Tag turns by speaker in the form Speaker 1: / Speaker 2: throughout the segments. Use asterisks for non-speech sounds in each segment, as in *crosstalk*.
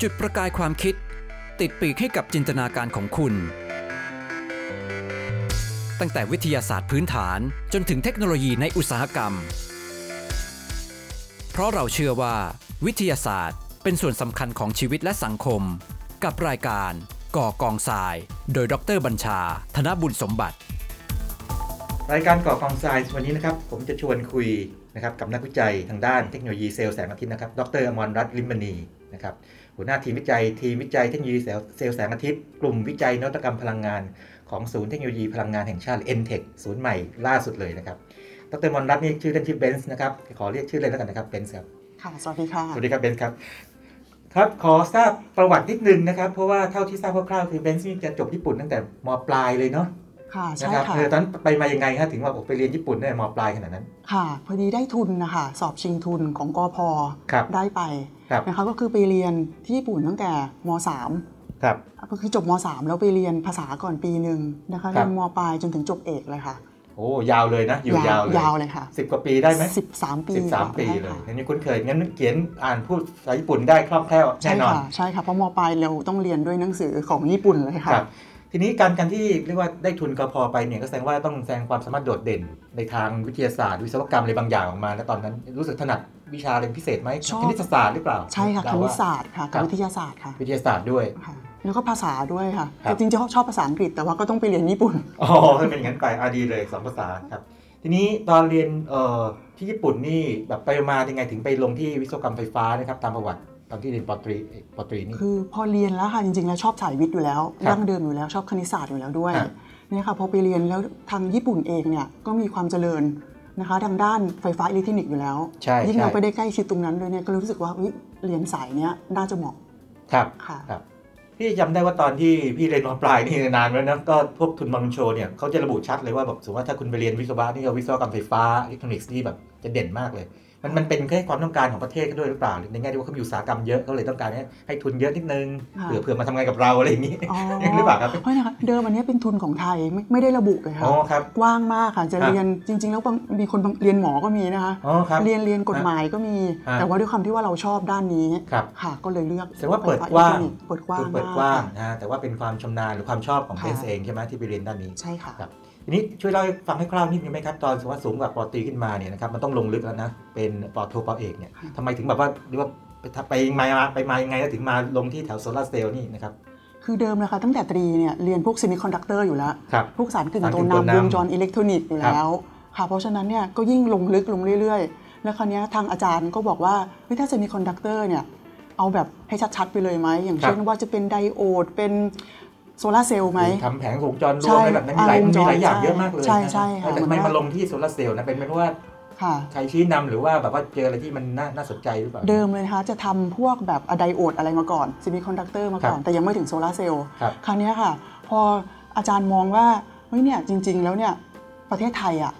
Speaker 1: จุดประกายความคิด ติดปีกให้กับจินตนาการของคุณ ตั้งแต่วิทยาศาสตร์พื้นฐานจนถึงเทคโนโลยีในอุตสาหกรรม เพราะเราเชื่อว่า วิทยาศาสตร์เป็นส่วนสำคัญของชีวิตและสังคม กับรายการ ก่อกองทราย โดยดรบัญชา ธนบุญสมบัติ
Speaker 2: รายการก่อกองทรายวันนี้นะครับผมจะชวนคุยนะครับกับนักวิจัยทางด้านเทคโนโลยีเซลล์แสงอาทิตย์นะครับ ดรอมรรัตน์ลิมมณีนะครับหัวหน้าทีมวิจัยทีมวิจัยเทคโนโลยีเซลล์เซลล์แสงอาทิตย์กลุ่มวิจัยนวัตกรรมพลังงาน ของศูนย์เทคโนโลยีพลังงานแห่งชาติ n t e c h ศูนย์ใหม่ล่าสุดเลยนะครับ ดรอมรรัตน์นี่ชื่อเล่นชื่อเบนซ์นะครับขอเรียกชื่อเล่นแล้วกันนะครับเบนซ์ครับ
Speaker 3: ค่ะ สวัสดีค่ะ
Speaker 2: สวัสดีครับเบนซ์ครับครับขอทราบประวัตินิดนึงนะครับเพราะว่าเท่าที่ทราบคร่าวๆคือเบนซ์นี่จะจบญี่ปุ่นตั้งแต่มปลายเลยเนาะ
Speaker 3: ค่ะ
Speaker 2: นะ
Speaker 3: ใช่
Speaker 2: ครับ
Speaker 3: ค่ะ
Speaker 2: เออตอนนั้นไปมายังไงฮะถึงว่าผมไปเรียนญี่ปุ่นได้มปลายขนาดนั้น
Speaker 3: ค่ะ พอดีได้ทุนนะคะ สอบชิงทุนของกอพอ
Speaker 2: ครับ
Speaker 3: ได้ไป
Speaker 2: ครับ
Speaker 3: นะคะ ก็คือไปเรียนที่ญี่ปุ่นตั้งแต่ม
Speaker 2: ครับ
Speaker 3: .3 ก็คือจบม .3 แล้วไปเรียนภาษาก่อนปีหนึ่งนะ
Speaker 2: ค
Speaker 3: คะ
Speaker 2: รับ
Speaker 3: เรียนมปลายจนถึงจบเอกเลยค่ะ
Speaker 2: โอ้ยาวเลยนะ อยู่ยาวเลย
Speaker 3: ยาวเลยค่ะ
Speaker 2: สิบกว่าปีได้ไหม
Speaker 3: สิบสามปี
Speaker 2: สิบสามปี
Speaker 3: ค่ะ
Speaker 2: เลย
Speaker 3: ใช่ค่ะ
Speaker 2: งั้นนี่คุ้นเคย งั้นเขียนอ่านพูดภาษาญี่ปุ่นได้คล่องแคล่ว
Speaker 3: ใช่
Speaker 2: แน่นอน
Speaker 3: ค่ะ ใช่ค่ะ เพราะมปลายเราต้องเรียนด้วยหนังสือของญี่ปุ่นเลยค่ะ
Speaker 2: ครับ ทีนี้การการที่เรียกว่าได้ทุนกพอไปเนี่ยก็แสดงว่าต้องแสดงความสามารถโดดเด่น ในทางวิทยาศาสตร์ วิศวกรรมอะไรบางอย่างออกมา แล้วตอนนั้นรู้สึกถนัดวิชาอะไรพิเศษไหม
Speaker 3: ชอบ
Speaker 2: คณิตศาสตร์หรือเปล่า
Speaker 3: ใช่ค่ะ
Speaker 2: เด
Speaker 3: คณิต
Speaker 2: ว่า
Speaker 3: ศาสตร์ค่ะ
Speaker 2: ครั
Speaker 3: กับบ วิทยาศาสตร์ค่ะ
Speaker 2: วิทยาศาสตร์ด้วย
Speaker 3: ค่ะ แล้วก็ภาษาด้วยค่ะ
Speaker 2: ครับ
Speaker 3: แต่จริงๆชอบชอบภาษาอังกฤษแต่ว่าก็ต้องไปเรียนญี่ปุ่น
Speaker 2: อ๋อถ้าเป็นอย่างนั้นไปอาดีเลยสองภาษาครับ ทีนี้ตอนเรียนเอ่อที่ญี่ปุ่นนี่แบบไปมายังไงถึงไปลงที่วิศวกรรมไฟฟ้านะครับตามประวัติตอนที่เรียนปอตรีปอตรีนี่
Speaker 3: คือพอเรียนแล้วค่ะจริงๆ แล้วชอบสายวิทย์อยู่แล้ว
Speaker 2: ครับ
Speaker 3: ดั้งเดิมอยู่แล้วชอบคณิตศาสตร์อยู่แล้วด้วย
Speaker 2: ครับ
Speaker 3: เนี่ยค่ะพอไปเรียนแล้วทางญี่ปุ่นเองเนี่ยก็มีความเจริญนะคะทางด้านไฟฟ้าอิเล็กทรอนิกส์อยู่แล้ว
Speaker 2: ใช่
Speaker 3: ยิ่ง
Speaker 2: ใช่
Speaker 3: เราไปได้ใกล้ชิดตรงนั้นด้วยเนี่ยก็รู้สึกว่าเฮ้ยเรียนสายเนี้ยน่าจะเหมาะ
Speaker 2: ครับ
Speaker 3: ค่ะ
Speaker 2: ครับ พี่จำได้ว่าตอนที่พี่เรียนมปลายนี่นานแล้วนะก็พวกทุนบอลโชเนี่ยเขาจะระบุชัดเลยว่าแบบสมมติว่าถ้าคุณไปเรียนวิศวะนี่ก็วิศวกรรมไฟฟ้าอิเล็กทรอนิกส์นี่แบบจะเด่นมากเลย มันมันเป็นแค่ความต้องการของประเทศก็ด้วยหรือเปล่าหรือในแง่ที่ว่าเขามีอุตสาหกรรมเยอะเขาเลยต้องการให้ให้ทุนเยอะนิดนึง
Speaker 3: ค่ะ
Speaker 2: เผื่อเผื่อมาทำงานกับเราอะไรอย่างนี้
Speaker 3: อ๋อ
Speaker 2: หรือเปล่าครับ
Speaker 3: เพราะนะคะเดิมอันเนี้ยเป็นทุนของไทยไม่ไม่ได้ระบุเลยค่ะ
Speaker 2: อ๋อครับ
Speaker 3: กว้างมากค่ะจะ
Speaker 2: ครับ
Speaker 3: เรียนจริง ๆ แล้วบางมีคนบางเรียนหมอก็มีนะคะ
Speaker 2: อ๋อครับ
Speaker 3: เรียนเรียนกฎหมายก็มี
Speaker 2: ครับ
Speaker 3: แต่ว่าด้วยความที่ว่าเราชอบด้านนี้
Speaker 2: ครับ
Speaker 3: ค่ะ ก็เลยเลือก
Speaker 2: แสดงว่าเปิด
Speaker 3: ไฟฟ้
Speaker 2: กว้าง
Speaker 3: อิเล็ทรอนิส์เปิดกว้าง
Speaker 2: คือเปิด
Speaker 3: มาก
Speaker 2: ว้าง
Speaker 3: ค่ะ
Speaker 2: นะฮะแต่ว่าเป็นความชำนาญหรือความชอบของ
Speaker 3: ค่ะ
Speaker 2: เบนซ์เองใช่ไหมที่ไปเรียนด้านนี้
Speaker 3: ใช่ค่ะ
Speaker 2: ครับ ทีนี้ช่วยเล่าให้ฟังให้คร่าวนิดนึงไหมครับตอนสมมติว่าสูงกว่าปอตรีขึ้นมาเนี่ยนะครับมันต้องลงลึกแล้วนะ เป็นปอโทปอเอกเนี่ย
Speaker 3: ค่ะ
Speaker 2: ทำไมถึงแบบว่าเรียกว่าไปทำไปมาไปมายังไงแล้วถึงมาลงที่แถวโซลาร์เซลล์นี่นะครับ
Speaker 3: คือเดิมนะคะตั้งแต่ตรีเนี่ยเรียนพวกซิมิคอนดักเตอร์อยู่แล้ว
Speaker 2: ครับ
Speaker 3: พวกสารกึ่ง
Speaker 2: สาร
Speaker 3: ตั
Speaker 2: กึ่
Speaker 3: ว
Speaker 2: งตัวนำ
Speaker 3: นำวงจรอิเล็กทรอนิกส์อยู่
Speaker 2: ครับ
Speaker 3: แล้วค่ะเพราะฉะนั้นเนี่ยก็ยิ่งลงลึกลงเรื่อยๆ แล้วคราวเนี้ยทางอาจารย์ก็บอกว่าเฮ้ยถ้าซิมิคอนดักเตอร์เนี่ยเอาแบบให้ชัดๆ ไปเลยไหม อย่างเช่นว่าจะเป็นไดโอด เป็นโซลาร์เซลล์ไหม
Speaker 2: ทำแผงวงจรร
Speaker 3: ใช่
Speaker 2: วมอะไรแบบนั้นมีหลาย
Speaker 3: อ่าวงจร
Speaker 2: มีหลายอย่างเยอะมากเลย
Speaker 3: ใช่ใช่ค่ะ
Speaker 2: นะแต่ทำไมมาลงที่โซลาร์เซลล์นะเป็นเพราะว่า
Speaker 3: ค่ะ
Speaker 2: ใครชี้นำหรือว่าแบบว่าเจออะไรที่มันน่าน่าสนใจหรือเปล่า
Speaker 3: เดิมเลยนะคะจะทำพวกแบบอะไดโอดอะไรมาก่อนซิมิคอนดักเตอร์มาก่อน
Speaker 2: ครับ
Speaker 3: แต่ยังไม่ถึงโซลาร์เซลล์
Speaker 2: ครับ
Speaker 3: คราวเนี้ยค่ะ พออาจารย์มองว่าเฮ้ยเนี่ยจริง ๆ แล้วเนี่ยประเทศไทยอ่ะ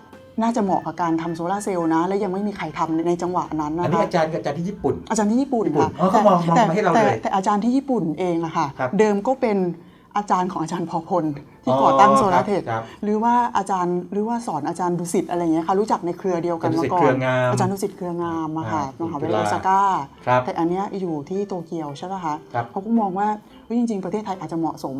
Speaker 3: น่าจะเหมาะกับการทำโซลาร์เซลล์นะ และยังไม่มีใครทำในจังหวะนั้น
Speaker 2: อัน
Speaker 3: นะ
Speaker 2: นี้
Speaker 3: คะ
Speaker 2: อาจารย์กับอาจารย์ที่ญี่ปุ่น
Speaker 3: อาจารย์ที่ญี่ปุ่น
Speaker 2: ญี่ปุ่น
Speaker 3: ค่ะ
Speaker 2: อ๋อเขามองมองมาให้เรา
Speaker 3: แต่
Speaker 2: เลย
Speaker 3: แต่อาจารย์ที่ญี่ปุ่นเองอะค่ะ
Speaker 2: ครับ
Speaker 3: เดิมก็เป็นอาจารย์ของอาจารย์พอพลที่ก่อตั้งโซลาร์เทค
Speaker 2: ครับ
Speaker 3: หรือว่าอาจารย์หรือว่าสอนอาจารย์ดุสิตอะไรเงี้ยค่ะรู้จักในเครือเดียวกันมา
Speaker 2: ดุ
Speaker 3: ก่อ
Speaker 2: สิตเครื
Speaker 3: น
Speaker 2: องาม
Speaker 3: อาจารย์ดุสิตเครืองามอะค่ะ
Speaker 2: อ่าม ม
Speaker 3: หาวิทยาลัย
Speaker 2: จุฬา
Speaker 3: โอซาก้า
Speaker 2: ครับ
Speaker 3: แต่อันเนี้ยอยู่ที่โตเกียวใช่ป่ะคะ
Speaker 2: ครับ
Speaker 3: เขาก็มองว่าเฮ้ยจริง ๆ ประเทศไทยอาจจะเหมาะสม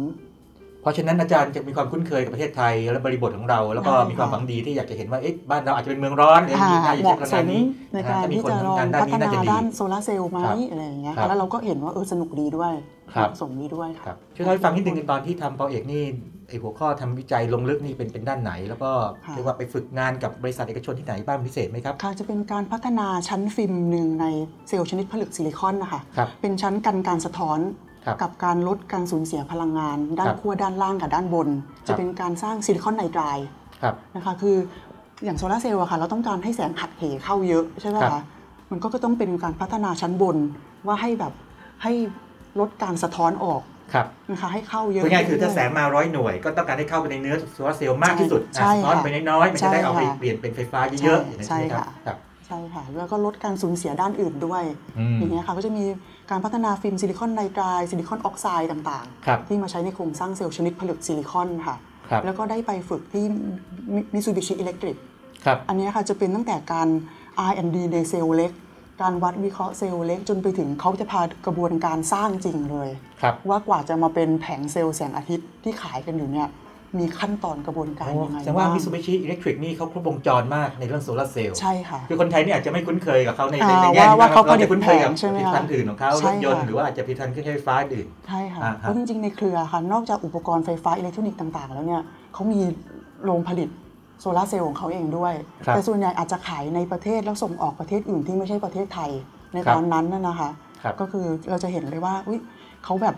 Speaker 2: เพราะฉะนั้นอาจารย์จะมีความคุ้นเคยกับประเทศไทยและบริบทของเรา แล้วก็
Speaker 3: ใช่ค่ะ
Speaker 2: มีความหวังดีที่อยากจะเห็นว่าเอ๊ะบ้านเราอาจจะเป็นเมืองร้อนหรือมี
Speaker 3: อ่า
Speaker 2: การ
Speaker 3: เหมาะ
Speaker 2: ใช้พลังงา
Speaker 3: ส
Speaker 2: ม นนี้
Speaker 3: ใน
Speaker 2: นะ
Speaker 3: การ
Speaker 2: ถ้ามี
Speaker 3: ที่
Speaker 2: คน
Speaker 3: จะลอง
Speaker 2: ทำงานด้าน
Speaker 3: พัฒ
Speaker 2: นี้น่า
Speaker 3: นา
Speaker 2: จะดี
Speaker 3: ด้านโซลาร์เซลล์ไหม
Speaker 2: ครับ
Speaker 3: อะไรอย่างเงี้ย
Speaker 2: ครับ
Speaker 3: แล้วเราก็เห็นว่าเออสนุกดีด้วย
Speaker 2: ครับ
Speaker 3: สมดีด้วย
Speaker 2: ครั
Speaker 3: ค่ะ
Speaker 2: บช่วยเล่าให้ฟังนิดนึงตอนที่ทำปอเอกนี่ไอหัวข้อทำวิจัยลงลึกนี่เป็นเป็นด้านไหน แล้วก็
Speaker 3: ค่ะ
Speaker 2: เรียกว่าไปฝึกงานกับบริษัทเอกชนที่ไหนบ้างพิเศษไหมครับ
Speaker 3: ค่ะจะเป็นการพัฒนาชั้นฟิล์มหนึ่งในเซลล์ชนิดผลึกซิลิคอนนะคะ
Speaker 2: ครับ
Speaker 3: เป็นชั้นกันการสะท้อน
Speaker 2: ครับ
Speaker 3: กับการลดการสูญเสียพลังงาน
Speaker 2: คน รั
Speaker 3: ด้า
Speaker 2: บ
Speaker 3: ขั้วด้านล่างกับด้านบน
Speaker 2: ครั
Speaker 3: จะ
Speaker 2: บ
Speaker 3: เป็นการสร้างซิลิคอนไนไตรด์
Speaker 2: ครับ
Speaker 3: นะคะคืออย่างโซลาร์เซลล์อะค่ะเราต้องการให้แสงหักเหเข้าเยอะใช่ไหมคะมันก็ก็ต้องเป็นการพัฒนาชั้นบนว่าให้แบบให้ลดการสะท้อนออก
Speaker 2: ครับ
Speaker 3: นะคะให้เข้าเยอะ
Speaker 2: พูดง่ายๆคือถ้าแสงมาร้อยหน่วย ก็ต้องการให้เข้าไปในเนื้อโซลาร์เซลล์มากที่สุด
Speaker 3: ใช่
Speaker 2: อ่ะสะท้อน
Speaker 3: ค่ะ
Speaker 2: ไปน้อยๆมันจะได้เอาไป
Speaker 3: ใช่ค่ะ
Speaker 2: เปลี่ยนเป็นไฟฟ้าเยอะๆอย่างนั้น
Speaker 3: ใช่
Speaker 2: ใช่ไหมครับค
Speaker 3: ค่ะ
Speaker 2: รับ
Speaker 3: ใช่ค่ะแล้วก็ลดการสูญเสียด้านอื่นด้วย
Speaker 2: อืม
Speaker 3: อย่างเงี้ยค่ะก็จะมีการพัฒนาฟิล์มซิลิคอนไนไตรด์ซิลิคอนออกไซด์ต่าง
Speaker 2: ครับ
Speaker 3: ๆ ที่มาใช้ในโครงสร้างเซลล์ชนิดผลึกซิลิคอนค่ะ
Speaker 2: ครับ
Speaker 3: แล้วก็ได้ไปฝึกที่มิซูบิชิอิเล็กทริก
Speaker 2: ครับ
Speaker 3: อันเนี้ยค่ะจะเป็นตั้งแต่การ R&D ในเซลล์เล็ก การวัดวิเคราะห์เซลล์เล็กจนไปถึงเขาจะพากระบวนการสร้างจริงเลย
Speaker 2: ครับ
Speaker 3: ว่ากว่าจะมาเป็นแผงเซลล์แสงอาทิตย์ที่ขายกันอยู่เนี่ยมีขั้นตอนกระบวนการ
Speaker 2: โอ้
Speaker 3: ยังไง
Speaker 2: แสดงว่า
Speaker 3: บ้ง
Speaker 2: มิ t ูบิชิอิเล็กทริกนี่เขาครบวงจรมากในเรื่องโซลาร์เซลล์
Speaker 3: ใช่ค่ะ
Speaker 2: คือคนไทยเนี่ยอาจจะไม่คุ้นเคยกับเขาใน
Speaker 3: อ่า
Speaker 2: ในในแง่
Speaker 3: ว่าว่า
Speaker 2: ที่
Speaker 3: เขา
Speaker 2: เราจะคุ้นเคยกับ
Speaker 3: ผลิตแผงใช่ไหม
Speaker 2: ผ
Speaker 3: คะ
Speaker 2: ลิตภัณฑ์อื่นของเขาร
Speaker 3: ใช่
Speaker 2: ถยนต์
Speaker 3: ค่ะ
Speaker 2: หรือว่าอาจจะผลิตภัณฑ์เครื่องใช้ไฟฟ้าอื่น
Speaker 3: ใช่ค่ะ
Speaker 2: อ่าครับ
Speaker 3: เพราะจริงๆในเครือค่ะนอกจากอุปกรณ์ไฟฟ้าอิเล็กทรอนิกส์ต่าง ๆ แล้วเนี่ยเขามีโรงผลิตโซลาร์เซลล์ของเขาเองด้วย
Speaker 2: ครับ
Speaker 3: แต่ส่วนใหญ่อาจจะขายในประเทศแล้วส่งออกประเทศอื่นที่ไม่ใช่ประเทศไทยใน
Speaker 2: ครับ
Speaker 3: ตอนนั้นน่ะนะคะ
Speaker 2: ครับ
Speaker 3: ก็คือเราจะเห็นเลยว่าอุ๊ยเขาแบบ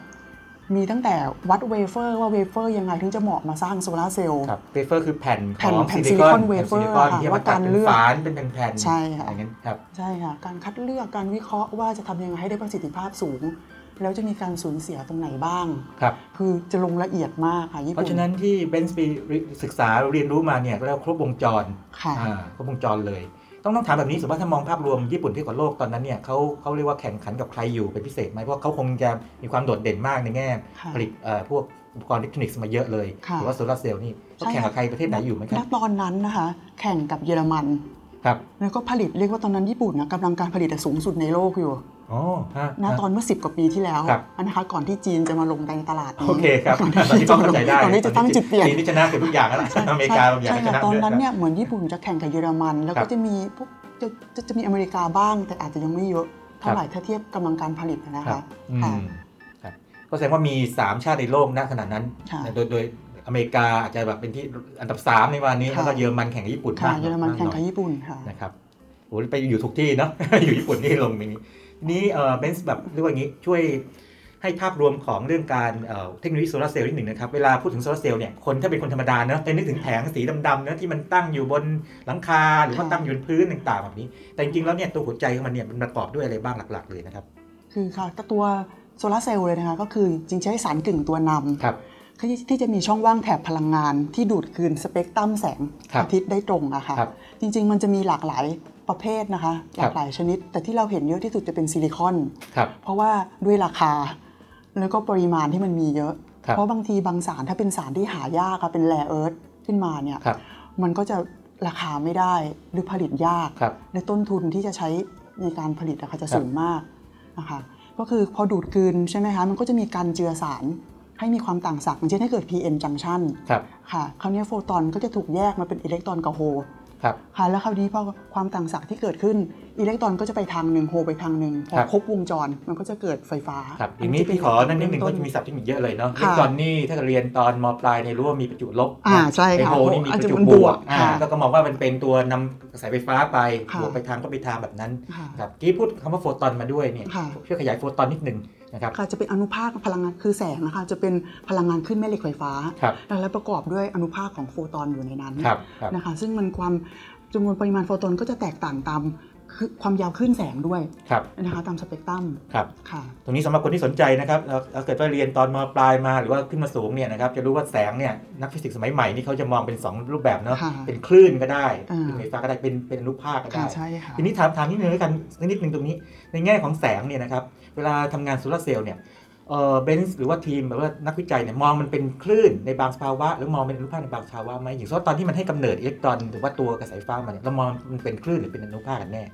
Speaker 3: มีตั้งแต่วัดเวเฟอร์ว่าเวเฟอร์ยังไงถึงจะเหมาะมาสร้างโซลาร์เซลล์
Speaker 2: ครับเวเฟอร์คือแผ่นข
Speaker 3: แผ่น
Speaker 2: อง
Speaker 3: แผ่
Speaker 2: ซิ
Speaker 3: น
Speaker 2: ลิคอนแผ่
Speaker 3: silicon
Speaker 2: น
Speaker 3: wafer
Speaker 2: ซิลิคอน
Speaker 3: ค่ะ
Speaker 2: ที่เอามา
Speaker 3: ว่า
Speaker 2: ตัด
Speaker 3: การ
Speaker 2: เป็น
Speaker 3: เลือก
Speaker 2: ฝานเป็นแผ่นๆ
Speaker 3: ใช่ค่ะ
Speaker 2: อย่างนั้นครับ
Speaker 3: ใช่ค่ะ การคัดเลือกการวิเคราะห์ว่าจะทำยังไงให้ได้ประสิทธิภาพสูง แล้วจะมีการสูญเสียตรงไหนบ้าง
Speaker 2: ครับ
Speaker 3: คือจะลงละเอียดมากค่ะญี่
Speaker 2: เพ
Speaker 3: ปุ่น
Speaker 2: ราะฉะนั้นที่เบนซ์ปีศึกษาเรียนรู้มาเนี่ยก็เรียกว่าครบวงจร
Speaker 3: ค่ะ
Speaker 2: อ่าครบวงจรเลย ต้องต้องถามแบบนี้สมมติว่าถ้ามองภาพรวมญี่ปุ่นที่ยบกับโลกตอนนั้นเนี่ยเขาเขาเรียกว่าแข่งขันกับใครอยู่เป็นพิเศษไหมเพราะเขาคงจะมีความโดดเด่นมากในแง่
Speaker 3: ค่ะ
Speaker 2: ผลิตเอ่อพวกอุปกรณ์อิเล็กทรอนิกส์มาเยอะเลย
Speaker 3: ค่ะ
Speaker 2: หรือว่าโซลาร์เซลล์นี่ก็
Speaker 3: ใช่
Speaker 2: แข่งกับใครประเทศไหนอยู่ไหมค
Speaker 3: ณ
Speaker 2: รับ
Speaker 3: ตอนนั้นนะคะ แข่งกับเยอรมัน
Speaker 2: ครับ
Speaker 3: แล้วก็ผลิตเรียกว่าตอนนั้นญี่ปุ่นนะกำลังการผลิตอะสูงสุดในโลกอยู่
Speaker 2: อ๋อฮะ
Speaker 3: นะตอนเมื่อ 10 กว่าปีที่แล้ว
Speaker 2: ครับ
Speaker 3: นะคะ ก่อนที่จีนจะมาลงในตลาดนี้
Speaker 2: โอเคครับ
Speaker 3: ก่อน
Speaker 2: ตอน
Speaker 3: ที่
Speaker 2: นี้ก็เข้าใจได้
Speaker 3: ก่อนที่จะตั้งจุดเปลี่ยน
Speaker 2: จีนี่ชนะเกือบทุกอย่างแล้วล่ะอเมริกาบางอย่าง
Speaker 3: ใช่
Speaker 2: ช
Speaker 3: ค่ะ
Speaker 2: นะ
Speaker 3: ตอนนั้น
Speaker 2: ด้วะ
Speaker 3: เนี่ยเหมือนญี่ปุ่นจะแข่งกับเยอรมัน แล้ว
Speaker 2: ครั
Speaker 3: ก็
Speaker 2: บ
Speaker 3: จะมีพวกจะจะจะมีอเมริกาบ้าง แต่อาจจะยังไม่เยอะเท่าไหร่ถ้าเทียบกำลังการผลิตนะ
Speaker 2: ครั
Speaker 3: คะ
Speaker 2: บ อื
Speaker 3: ค่ะ
Speaker 2: มครับก็แสดงว่ามี 3 ชาติในโลกณขณะนั้น
Speaker 3: ค่ะ
Speaker 2: โดยโดยอเมริกาอาจจะแบบเป็นที่อันดับ 3 ในวันนี้
Speaker 3: ค่ะ
Speaker 2: แล้วก็เยอรมันแข่งกับญี่ปุ่น
Speaker 3: ค่ะ
Speaker 2: มาก
Speaker 3: เยอรมันแข่งกับ
Speaker 2: หอย
Speaker 3: ญี่ปุ่นค่ะ
Speaker 2: นะครับโอ้ยไปอยู่ทุกที่เนาะ *laughs* อยู่ญี่ปุ่นนี่ลงไปนี้นี้เบนซ์แบบเรียกว่าอย่างนี้ช่วยให้ภาพรวมของเรื่องการเอ่อเทคโนโลยีโซลาร์เซลล์นิดหนึ่งนะครับ เวลาพูดถึงโซลาร์เซลล์เนี่ยคนถ้าเป็นคนธรรมดาเนาะจะนึกถึงแผงสีดำๆเนาะที่มันตั้งอยู่บนหลังคาหรือว่า
Speaker 3: ค่ะ
Speaker 2: ตั้งอยู่บนพื้นต่างๆแบบนี้ แต่จริงๆแล้วเนี่ยตัวหัวใจของมันเนี่ยมันประกอบด้วยอะไรบ้างหลักๆ เลยนะครับ
Speaker 3: คือค่ะแต่ตัวโซลาร์เซลล์เลยนะคะ ก็คือจริงๆใช้สารกึ่งตัวนำ
Speaker 2: ครับ
Speaker 3: ที่ที่จะมีช่องว่างแถบพลังงาน ที่ดูดคืนสเปกตรัมแสง
Speaker 2: ครับ
Speaker 3: อาทิตย์ได้ตรงอะค่ะ
Speaker 2: ครับ
Speaker 3: จริง ๆ มันจะมีหลากหลายประเภทนะคะ ห
Speaker 2: ครั
Speaker 3: ลา
Speaker 2: บ
Speaker 3: กหลายชนิด แต่ที่เราเห็นเยอะที่สุดจะเป็นซิลิคอน
Speaker 2: ครับ
Speaker 3: เพราะว่าด้วยราคา แล้วก็ปริมาณที่มันมีเยอะ
Speaker 2: ครับ
Speaker 3: เพราะบางทีบางสารถ้าเป็นสารที่หายากอะเป็นแร่เอิร์ธขึ้นมาเนี่ย
Speaker 2: ครับ
Speaker 3: มันก็จะราคาไม่ได้หรือผลิตยาก
Speaker 2: ครับ
Speaker 3: และต้นทุนที่จะใช้ในการผลิตนะคะจะ
Speaker 2: ครับ
Speaker 3: สูงมากนะคะก็คือพอดูดกลืนใช่ไหมคะมันก็จะมีการเจือสารให้มีความต่างศักย์อย่างเช่นถ้าเกิด PN junction
Speaker 2: ครับ
Speaker 3: ค่ะคราวนี้โฟตอนก็จะถูกแยกมาเป็นอิเล็กตรอนกับโฮ
Speaker 2: ครับ
Speaker 3: ค่ะแล้วคราวนี้พอความต่างศักย์ที่เกิดขึ้นอิเล็กตรอนก็จะไปทางหนึ่งโฮไปทางหนึ่งพอ
Speaker 2: ครับ
Speaker 3: ครบวงจรมันก็จะเกิดไฟฟ้า
Speaker 2: ครับอย่างนี้พี่ขอนั่นนิดหนึ่งก็
Speaker 3: เริ่ม
Speaker 2: จะ
Speaker 3: ต้
Speaker 2: มีศัพท์เทคนิคเยอะเลยเนาะ
Speaker 3: ค่ะ
Speaker 2: ตอนนี้ถ้าเรียนตอนมปลายในยรู้ว่ามีประจุลบ
Speaker 3: อ่าใช่ค่ะ
Speaker 2: ไอโฮนี่มี
Speaker 3: อาจ
Speaker 2: ประ
Speaker 3: จะ
Speaker 2: จุ
Speaker 3: มัน
Speaker 2: บบว
Speaker 3: ว
Speaker 2: ก
Speaker 3: ก
Speaker 2: อ่า
Speaker 3: ค่ะ
Speaker 2: ก็ก็มองว่ามันเป็นตัวนำกระแสไฟฟ้าไป
Speaker 3: ค่ะ
Speaker 2: บวกไปทางก็ไปทางแบบนั้น
Speaker 3: ค่ะ
Speaker 2: ครับกี้พูดคำว่าโฟตอนมาด้วยเนี่ย
Speaker 3: ค่ะ
Speaker 2: ช่วยขยายโฟตอนนิดหนึ่งนะครับ
Speaker 3: ค่ะจะเป็นอนุภาคพลังงานคือแสงนะคะจะเป็นพลังงานขึ้นแม่เหล็กไฟฟ้า
Speaker 2: ครับ
Speaker 3: และประกอบด้วยอนุภาคของโฟตอนอยู่ในนั้น
Speaker 2: ครับครับ
Speaker 3: นะคะ ซึ่งมันความจำนวนปริมาณโฟตอนก็จะแตกต่างตามคือความยาวคลื่นแสงด้วย
Speaker 2: ครับ
Speaker 3: นะคะตามสเปกตรัม
Speaker 2: ครับ
Speaker 3: ค่ะ
Speaker 2: ตรงนี้สำหรับคนที่สนใจนะครับเอ่อเอ่อเกิดว่าเรียนตอนมปลายมาหรือว่าขึ้นมาสูงเนี่ยนะครับจะรู้ว่าแสงเนี่ยนักฟิสิกส์สมัยใหม่นี่เขาจะมองเป็นสองรูปแบบเนาะ
Speaker 3: ค่ะ
Speaker 2: เป็นคลื่นก็ได้
Speaker 3: อ่า
Speaker 2: เป็นไฟฟ้าก็ได้เป็นเป็นรูปภาพก็
Speaker 3: ค่ะ
Speaker 2: ได้
Speaker 3: ใช่ค่ะ
Speaker 2: ทีนี้ถามถามนิดนึงแล้วกันนิดนึงตรงนี้ ในแง่ของแสงเนี่ยนะครับเวลาทำงานโซลาร์เซลล์เนี่ยเออเบนซ์หรือว่าทีมหรือว่านักวิจัยเนี่ยมองมันเป็นคลื่นในบางสภาวะหรือมองเป็นอนุภาคในบางสภาวะไหมอย่างเช่นตอนที่มันให้กำเนิดอิเล็กตรอนหรือว่าตัวกระแสไฟฟ้ามาเนี่ยเรามองมันเป็นคลื่นหรือเป็นอนุภาคกันแน่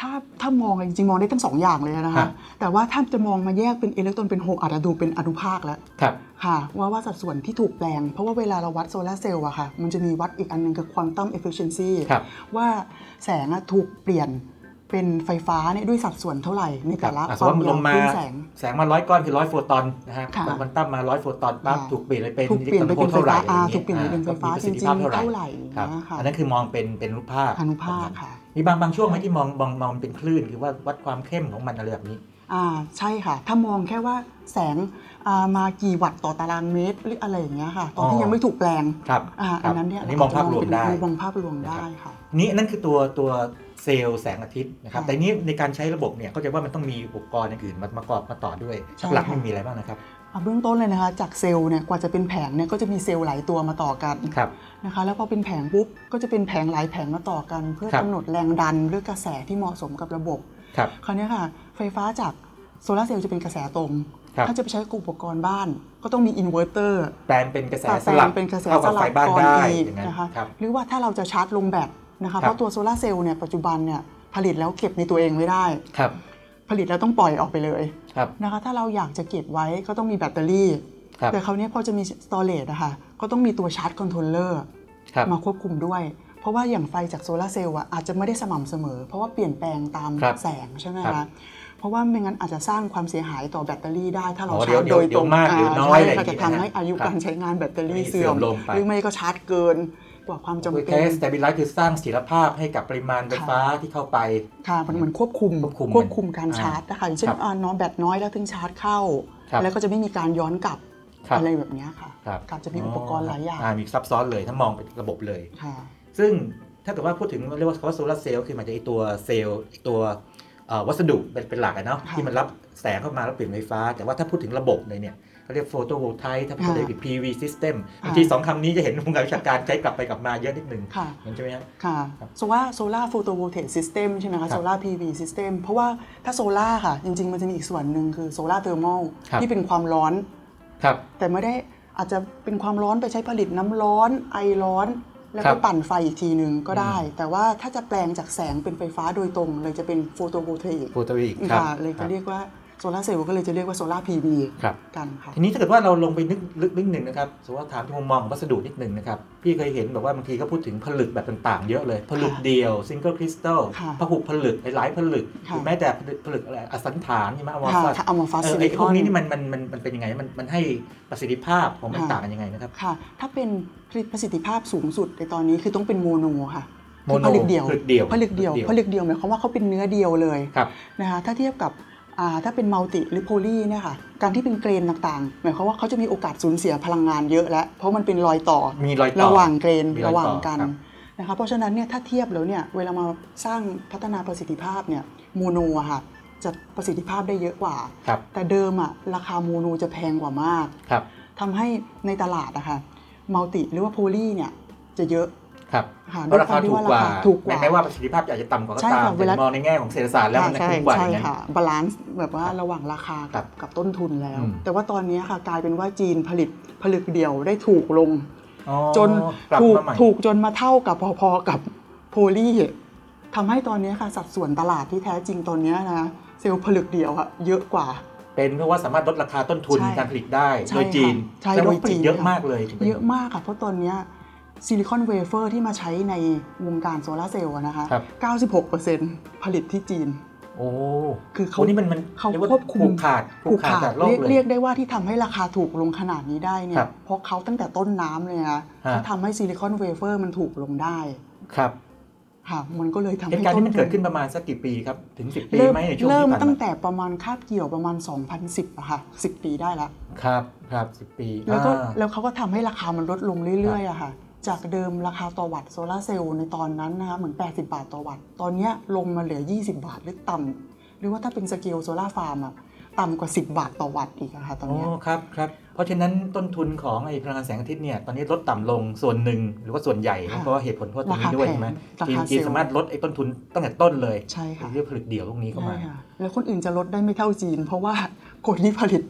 Speaker 3: ถ้าถ้ามองจริงๆมองได้ทั้งสองอย่างเลยนะ
Speaker 2: ครั
Speaker 3: คะ
Speaker 2: บ
Speaker 3: แต่ว่าถ้าจะมองมาแยกเป็นอิเล็กตรอนเป็นโฮอาจจะดูเป็นอนุภาคแล้ว
Speaker 2: ครับ
Speaker 3: ค่ะว่าว่าสัดส่วนที่ถูกแปลง เพราะว่าเวลาเราวัดโซลาร์เซลล์อะค่ะมันจะมีวัดอีกอันหนึงคือควอนตัมเอฟฟิเชนซี
Speaker 2: ครับ
Speaker 3: ว่าแสงอะถูกเปลี่ยนเป็นไฟฟ้าเนี่ยด้วยสัดส่วนเท่าไหร่ในแต่
Speaker 2: ครั
Speaker 3: ละ
Speaker 2: บอ่ะ
Speaker 3: ความ
Speaker 2: สมมุติ
Speaker 3: ยาว
Speaker 2: ลงมา
Speaker 3: คลื่นแสง
Speaker 2: แสงมาร้อยก้อนคือร้อยโฟตอนนะฮะ
Speaker 3: ค่ะ
Speaker 2: ควอนตัมมาร้อยโฟตอนปั๊บ
Speaker 3: ค่ะ
Speaker 2: ถูกเปลี่ยนไปเป็น
Speaker 3: ถูกเปลี่ยนไปเป็นไฟ
Speaker 2: ท่หร่อะไร
Speaker 3: ฟ้าอ่า
Speaker 2: องงี้
Speaker 3: ถูกเปลี่ยนไปเป็นไฟฟ้า
Speaker 2: อ่
Speaker 3: จริง
Speaker 2: ก็มีประสิทธิภาพ
Speaker 3: ๆ
Speaker 2: เท่า
Speaker 3: เท่า
Speaker 2: ไห
Speaker 3: ไห
Speaker 2: ร่
Speaker 3: ร่
Speaker 2: ครับ
Speaker 3: นะคะ
Speaker 2: อันนั้นคือมองเป็นเป็นรูปภาพ
Speaker 3: อนุภาคค่ะ
Speaker 2: มีบางบางช่วงไหมที่มองมองมองเป็นคลื่นคือว่าวัดความเข้มของมันอะไรแบบนี้
Speaker 3: อ่าใช่ค่ะ ถ้ามองแค่ว่าแสงอ่ามากี่วัตต์ต่อตารางเมตรหรืออะไรอย่างเงี้ยค่ะ ตอน
Speaker 2: อ๋
Speaker 3: ที่
Speaker 2: อ
Speaker 3: ยังไม่ถูกแปลง
Speaker 2: ครับ
Speaker 3: อ่า
Speaker 2: ค
Speaker 3: อั
Speaker 2: รั
Speaker 3: นนั้นเนี่ย
Speaker 2: อันนี้มองภาพรวมได้
Speaker 3: มองภาพรวมได้ค่ะ
Speaker 2: นี่นั่นคือตัวตัวเซลล์แสงอาทิตย์นะครับ แต่นี้ในการใช้ระบบเนี่ยก็จะว่ามันต้องมีอุปกรณ์อย่างอื่นมาประกอบมาต่อด้วย
Speaker 3: ใช่
Speaker 2: หลักๆ
Speaker 3: ค่ะ
Speaker 2: มันมีอะไรบ้างนะครับ
Speaker 3: อ่าเบื้องต้นเลยนะคะจากเซลล์เนี่ยกว่าจะเป็นแผงเนี่ยก็จะมีเซลล์หลายตัวมาต่อกัน
Speaker 2: ครับ
Speaker 3: นะคะแล้วพอเป็นแผงปุ๊บก็จะเป็นแผงหลายแผงมาต่อกัน เพื่อ
Speaker 2: ครับ
Speaker 3: กำหนดแรงดันหรือกระแสที่เหมาะสมกับระบบ
Speaker 2: ครับ
Speaker 3: คราวเนี้ยค่ะ ไฟฟ้าจากโซลาร์เซลล์จะเป็นกระแสตรง
Speaker 2: ครับ
Speaker 3: ถ้าจะไปใช้กับอุปกรณ์บ้าน ก็ต้องมีอินเวอร์เตอร์
Speaker 2: แปลงเป็นกระแสส
Speaker 3: แปล
Speaker 2: ลับ
Speaker 3: งเป็นกระแส
Speaker 2: เข้า
Speaker 3: ส
Speaker 2: กับ
Speaker 3: ลั
Speaker 2: ไฟ
Speaker 3: บ
Speaker 2: บ้าน
Speaker 3: ก่อน
Speaker 2: ได้
Speaker 3: อีก
Speaker 2: อย่างนั้น
Speaker 3: นะคะ
Speaker 2: ครับ
Speaker 3: หรือว่าถ้าเราจะชาร์จลงแบตนะคะเพราะตัวโซลาร์เซลล์เนี่ยปัจจุบันเนี่ย ผลิตแล้วเก็บในตัวเองไม่ได้
Speaker 2: ครับ
Speaker 3: ผลิตแล้วต้องปล่อยออกไปเลย
Speaker 2: ครับ
Speaker 3: นะคะ ถ้าเราอยากจะเก็บไว้ก็ต้องมีแบตเตอรี่
Speaker 2: ครับ
Speaker 3: แต่คราวนี้พอจะมีสตอเรจนะคะก็ต้องมีตัวชาร์จคอนโทรลเลอร์
Speaker 2: ครับ
Speaker 3: มาควบคุมด้วย เพราะว่าอย่างไฟจากโซลาร์เซลล์อะอาจจะไม่ได้สม่ำเสมอ เพราะว่าเปลี่ยนแปลงตาม
Speaker 2: ครับ
Speaker 3: แสงใช่ไหม
Speaker 2: ครั
Speaker 3: คะ
Speaker 2: บ
Speaker 3: เพราะว่าไม่งั้นอาจจะสร้างความเสียหายต่อแบตเตอรี่ได้ ถ้าเรา
Speaker 2: อ๋อเดี๋ยว
Speaker 3: ชาร์จโดย
Speaker 2: เดี๋
Speaker 3: ต
Speaker 2: ย
Speaker 3: ร
Speaker 2: ว
Speaker 3: ง
Speaker 2: มากเดี๋ยวน้อย
Speaker 3: ใช่
Speaker 2: อะไรอย่าง
Speaker 3: ค่ะ
Speaker 2: งี้
Speaker 3: จะทำให้อายุ
Speaker 2: ครับ
Speaker 3: การใช้งานแบตเตอรี่
Speaker 2: เสื่
Speaker 3: เสื่
Speaker 2: อ
Speaker 3: อ
Speaker 2: ม
Speaker 3: ม
Speaker 2: ลงไป
Speaker 3: หรือไม่ก็ชาร์จเกินกว่าความจำ
Speaker 2: คือ
Speaker 3: เป็
Speaker 2: แค่
Speaker 3: น
Speaker 2: สเตบิลไลซ์คือสร้างเสถียรภาพให้กับปริมาณไฟฟ้าที่เข้าไป
Speaker 3: ค่ะมันเหมือนควบคุม
Speaker 2: ควบคุม
Speaker 3: การ
Speaker 2: อ่า
Speaker 3: ชาร์จนะคะอย่างเช่
Speaker 2: ครั
Speaker 3: น
Speaker 2: บ
Speaker 3: อ่าน้องแบตน้อยแล้วถึงชาร์จเข้า
Speaker 2: ครับ
Speaker 3: แล้วก็จะไม่มีการย้อนกลับ
Speaker 2: ครับ
Speaker 3: อะไรแบบเนี้ยค่ะ
Speaker 2: ครับ
Speaker 3: กลับจะมีอุปกรณ์หลายอย่าง
Speaker 2: มีซับซ้อนเลยถ้ามองเป็นระบบเลย
Speaker 3: ค่ะ
Speaker 2: ซึ่งถ้าเกิดว่าพูดถึงเรียกว่าคำว่าโซลาร์เซลล์คือหมายถึงไอ้ตัวเซลล์ไอ้ตัวเอ่อวัสดุเป็นเป็นหลักอะเนาะ
Speaker 3: ค่ะ
Speaker 2: ที่มันรับแสงเข้ามาแล้วเปลี่ยนไฟฟ้า แต่ว่าถ้าพูดถึงระบบเลยเนี่ยเขาเรียกโฟโตโวลไทป์ถ้าพูด
Speaker 3: ค่ะ
Speaker 2: เรียก PV system
Speaker 3: ค่ะ
Speaker 2: บางทีสองคำนี้จะเห็นวงการวิชาการใช้กลับไปกลับมาเยอะนิดหนึง
Speaker 3: ค่ะ
Speaker 2: เห็นใช่ไหมฮะ
Speaker 3: ค่ะโซล่าโซล่าโฟโตโวลเทสซิสเต็มใช่ไหมคะโซล่าพีวีซิสเต็มเพราะว่าถ้าโซล่าค่ะ จริง ๆ มันจะมีอีกส่วนหนึ่งคือโซล่าเทอร์มล
Speaker 2: ครับ
Speaker 3: ที่เป็นความร้อน
Speaker 2: ครับ
Speaker 3: แต่ไม่ได้อาจจะเป็นความร้อนไปใช้ผลิตน้ำร้อน ไอร้อน แล้ว
Speaker 2: ครั
Speaker 3: ก็
Speaker 2: บ
Speaker 3: ปั่นไฟอีกทีหนึ่งก็ได้ แต่ว่าถ้าจะแปลงจากแสงเป็นไฟฟ้าโดยตรง เลยจะเป็นโฟโตโวลเทค
Speaker 2: โฟโตอีก
Speaker 3: ค่ะเลยจะเรียกว่าโซลาร์เซลล์ก็เลยจะเรียกว่าโซลาร์พีวี
Speaker 2: ครับ
Speaker 3: กันค่ะ
Speaker 2: ทีนี้ถ้าเกิดว่าเราลงไปนึกลึกนิดหนึ่งนะครับสมมติว่าถามถึงมุมมองของวัสดุนิดหนึ่งนะครับ พี่เคยเห็นแบบว่าบางทีเขาพูดถึงผลึกแบบต่างๆ เยอะเลย ผลึก
Speaker 3: ค่ะ
Speaker 2: เดียวซิงเกิลคริสตัล
Speaker 3: ค่ะ
Speaker 2: พหุผลึกหลายๆผลึกห
Speaker 3: ค่ะ
Speaker 2: รือแม้แต่ผลึกผลึกอะไรอสันฐานใช่ไหมอว
Speaker 3: ค่ะ
Speaker 2: สาน
Speaker 3: ถ้าเอามาฟัส
Speaker 2: เอ
Speaker 3: ซิ
Speaker 2: อ
Speaker 3: ลิ
Speaker 2: ไอ้
Speaker 3: ค
Speaker 2: พว
Speaker 3: อกน
Speaker 2: นี้นี่มันมันมันมันเป็นยังไงมันมันให้ประสิทธิภาพของมัน
Speaker 3: ค่ะ
Speaker 2: ต่างกันยังไงนะครับ
Speaker 3: ค่ะ ถ้าเป็นประสิทธิภาพสูงสุดในตอนนี้คือต้องเป็นโมโนค่ะ
Speaker 2: โม
Speaker 3: คือ
Speaker 2: โน
Speaker 3: ผลึกเดียว
Speaker 2: ผลึกเดียว
Speaker 3: ผลึกเดียวผลึกเดียวหมายความว่าเขาเป็นเนื้อเดียวเลย
Speaker 2: ครับ
Speaker 3: นะคะถ้าเทียบกับอ่าถ้าเป็นมัลติหรือโพลีเนี่ยค่ะการที่เป็นเกรนต่างๆ หมายความว่าเขาจะมีโอกาสสูญเสียพลังงานเยอะแล้วเพราะมันเป็นรอยต่อ
Speaker 2: มีรอยต่อ
Speaker 3: ระหว่างเกรน
Speaker 2: มีรอยต่อ
Speaker 3: ระหว่างกัน
Speaker 2: ครับ
Speaker 3: นะคะเพราะฉะนั้นเนี่ยถ้าเทียบแล้วเนี่ยเวลามาสร้างพัฒนาประสิทธิภาพเนี่ยโมโนอะค่ะจะประสิทธิภาพได้เยอะกว่า
Speaker 2: ครับ
Speaker 3: แต่เดิมอะราคาโมโนจะแพงกว่ามาก
Speaker 2: ครับ
Speaker 3: ทำให้ในตลาดอะค่ะมัลติหรือว่าโพลีเนี่ยจะเยอะ
Speaker 2: ครับ
Speaker 3: ค่ะ
Speaker 2: เพราะราคาถูกกว่า
Speaker 3: ถูกกว่า
Speaker 2: แม้ว่าประสิทธิภาพจะอาจจะต่ำกว่าก็
Speaker 3: ใช่
Speaker 2: ตาม
Speaker 3: ค่ะเว
Speaker 2: แต่
Speaker 3: ลา
Speaker 2: มองในแง่ของเศรษฐศาสตร์แล้วมันจะ
Speaker 3: ใช่
Speaker 2: ถูกกว่าอ
Speaker 3: ใช่
Speaker 2: ย่างนั้น
Speaker 3: ค่ะบาลานซ์แบบว่าระหว่างราคากับกับต้นทุนแล้ว
Speaker 2: อืม
Speaker 3: แต่ว่าตอนนี้ค่ะกลายเป็นว่าจีนผลิตผลึกเดียวได้ถูกลง
Speaker 2: อ๋อ
Speaker 3: จน
Speaker 2: กลับ
Speaker 3: ถูก
Speaker 2: มาใหม่
Speaker 3: ถูกจนมาเท่ากับพอๆกับโพลีทำให้ตอนนี้ค่ะสัดส่วนตลาดที่แท้จริงตอนนี้นะเซลล์ผลึกเดียวอะเยอะกว่า
Speaker 2: เป็นเพราะว่าสามารถลดราคาต้นทุน
Speaker 3: ใช่
Speaker 2: การผลิตได้
Speaker 3: ใช่
Speaker 2: โดยจีน
Speaker 3: ค่ะใช่
Speaker 2: แสดงว่า
Speaker 3: โดยจีน
Speaker 2: จีนเยอะ
Speaker 3: ค่ะ
Speaker 2: มากเลยถูกไหม
Speaker 3: เยอะมากค่ะ เพราะตอนนี้ซิลิคอนเวเฟอร์ที่มาใช้ในวงการโซลาร์เซลล์อะนะคะ
Speaker 2: ครับ
Speaker 3: 96%ผลิตที่จีน
Speaker 2: โอ้
Speaker 3: คือ
Speaker 2: เขา
Speaker 3: เขา
Speaker 2: นี่มันมัน
Speaker 3: เขา
Speaker 2: รียก
Speaker 3: ควบคุม
Speaker 2: ผูกขาดผูกขาดจากโล
Speaker 3: เรี
Speaker 2: ก
Speaker 3: ยก
Speaker 2: เลย
Speaker 3: เรียกได้ว่าที่ทำให้ราคาถูกลงขนาดนี้ได้เนี่
Speaker 2: ครั
Speaker 3: ย
Speaker 2: บ
Speaker 3: เพราะเขาตั้งแต่ต้นน้ำเลยนะ
Speaker 2: ฮะ
Speaker 3: เขาทำให้ซิลิคอนเวเฟอร์มันถูกลงได้
Speaker 2: ครับ
Speaker 3: ค่ะมันก็เลยทำ
Speaker 2: เห
Speaker 3: ให้
Speaker 2: ตุการณ์
Speaker 3: ต้
Speaker 2: ที่
Speaker 3: น
Speaker 2: มัน
Speaker 3: ทุ
Speaker 2: เกิ
Speaker 3: น
Speaker 2: ดขึ้นประมาณสักกี่ปีครับ ถึง 10 ปี
Speaker 3: เริ่ม
Speaker 2: ไหมในช่วง
Speaker 3: เริ่ม
Speaker 2: ที่ผ่าน
Speaker 3: ตั้ง
Speaker 2: มา
Speaker 3: แต่ประมาณคาบเกี่ยวประมาณ 2010อะค่ะ 10 ปีได้ละ
Speaker 2: ครับครับ10 ปี
Speaker 3: แล้วก็
Speaker 2: อ่า
Speaker 3: แล้วเขาก็ทำให้ราคามันลดลงเรื่อยๆอะค่ะ จากเดิมราคาต่อวัตต์โซลาร์เซลล์ในตอนนั้นนะคะเหมือน 80 บาทต่อวัตต์ตอนเนี้ยลงมาเหลือ 20 บาทหรือต่ำหรือว่าถ้าเป็นสเกลโซลาร์ฟาร์มอะต่ำกว่า 10 บาทต่อวัตต์อีกอะค่ะตอน
Speaker 2: อ๋อ
Speaker 3: เนี้ย
Speaker 2: ครับครับเพราะฉะนั้นต้นทุนของไอ้พลังงานแสงอาทิตย์เนี่ยตอนนี้ลดต่ำลงส่วนหนึ่งหรือว่าส่วนใหญ่
Speaker 3: ค่ะ
Speaker 2: เพราะว่าเหตุผลเพราะตรงนี้ด้วยใช่ไหม
Speaker 3: รา
Speaker 2: จีน
Speaker 3: คาแพงราคา
Speaker 2: จีน
Speaker 3: เซลล์
Speaker 2: สามารถลดไอ้ต้นทุนตั้งแต่ต้นเลย
Speaker 3: ใช่ค่ะ
Speaker 2: เรียกผลึกเดี่ยวพวกนี้เข้า
Speaker 3: ใช่
Speaker 2: มา
Speaker 3: ค่ะแล้วคนอื่นจะลดได้ไม่เท่าจีน เพราะว่าคนที่ผลิต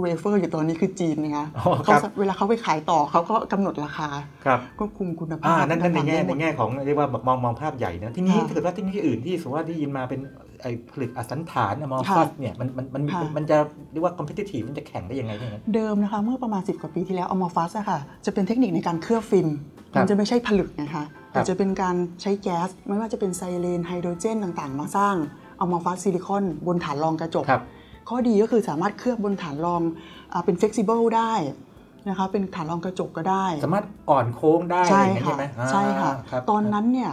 Speaker 3: เวเฟอร์อยู่ตอนนี้คือจีนนะคะ
Speaker 2: อ๋อค
Speaker 3: เขา
Speaker 2: รับ
Speaker 3: เวลาเขาไปขายต่อเขาก็กำหนดราคา
Speaker 2: ครับ
Speaker 3: ควบคุมคุณภา
Speaker 2: อ่า
Speaker 3: พ
Speaker 2: นั่นนั่นในแง่
Speaker 3: ต่างๆ
Speaker 2: ใน
Speaker 3: ได้หมด
Speaker 2: แง่ของเรียกว่าแบบมองมองภาพใหญ่นะที่นี้
Speaker 3: ค่ะ
Speaker 2: ถ้าเกิดว่าเทคโนโลยีอื่นที่สมมติว่าได้ยินมาเป็นไอ้ผลึกอสันฐานอะมอง
Speaker 3: ค่ะ
Speaker 2: ฟัดเนี่ยมันมันมันมี
Speaker 3: ค่ะ
Speaker 2: มันจะเรียกว่า competitive มันจะแข่งได้ยังไงอย่างนั้น
Speaker 3: เดิมนะคะเมื่อประมาณ 10 กว่าปีที่แล้วอมอฟัสอะค่ะจะเป็นเทคนิคในการเคลือบฟิล์ม
Speaker 2: ครับ
Speaker 3: มันจะไม่ใช่ผลึกนะคะแต่จะเป็นการใช้แก๊ส ไม่ว่าจะเป็นไซเลนไฮโดรเจนต่างๆ มาสร้างอมอฟัสซิลิคอนบนฐานรองกระจก
Speaker 2: ครับ
Speaker 3: ข้อดีก็คือสามารถเคลือบบนฐานรองอาเป็นเฟกซิเบิลได้นะคะเป็นฐานรองกระจกก็ได้
Speaker 2: สามารถอ่อนโค้งได้
Speaker 3: ใช่
Speaker 2: อย่างนั้น
Speaker 3: ค่ะ
Speaker 2: ใช่ไหม
Speaker 3: ใช่ค่ะ
Speaker 2: อ่ารับ
Speaker 3: ตอนนั้นเนี่ย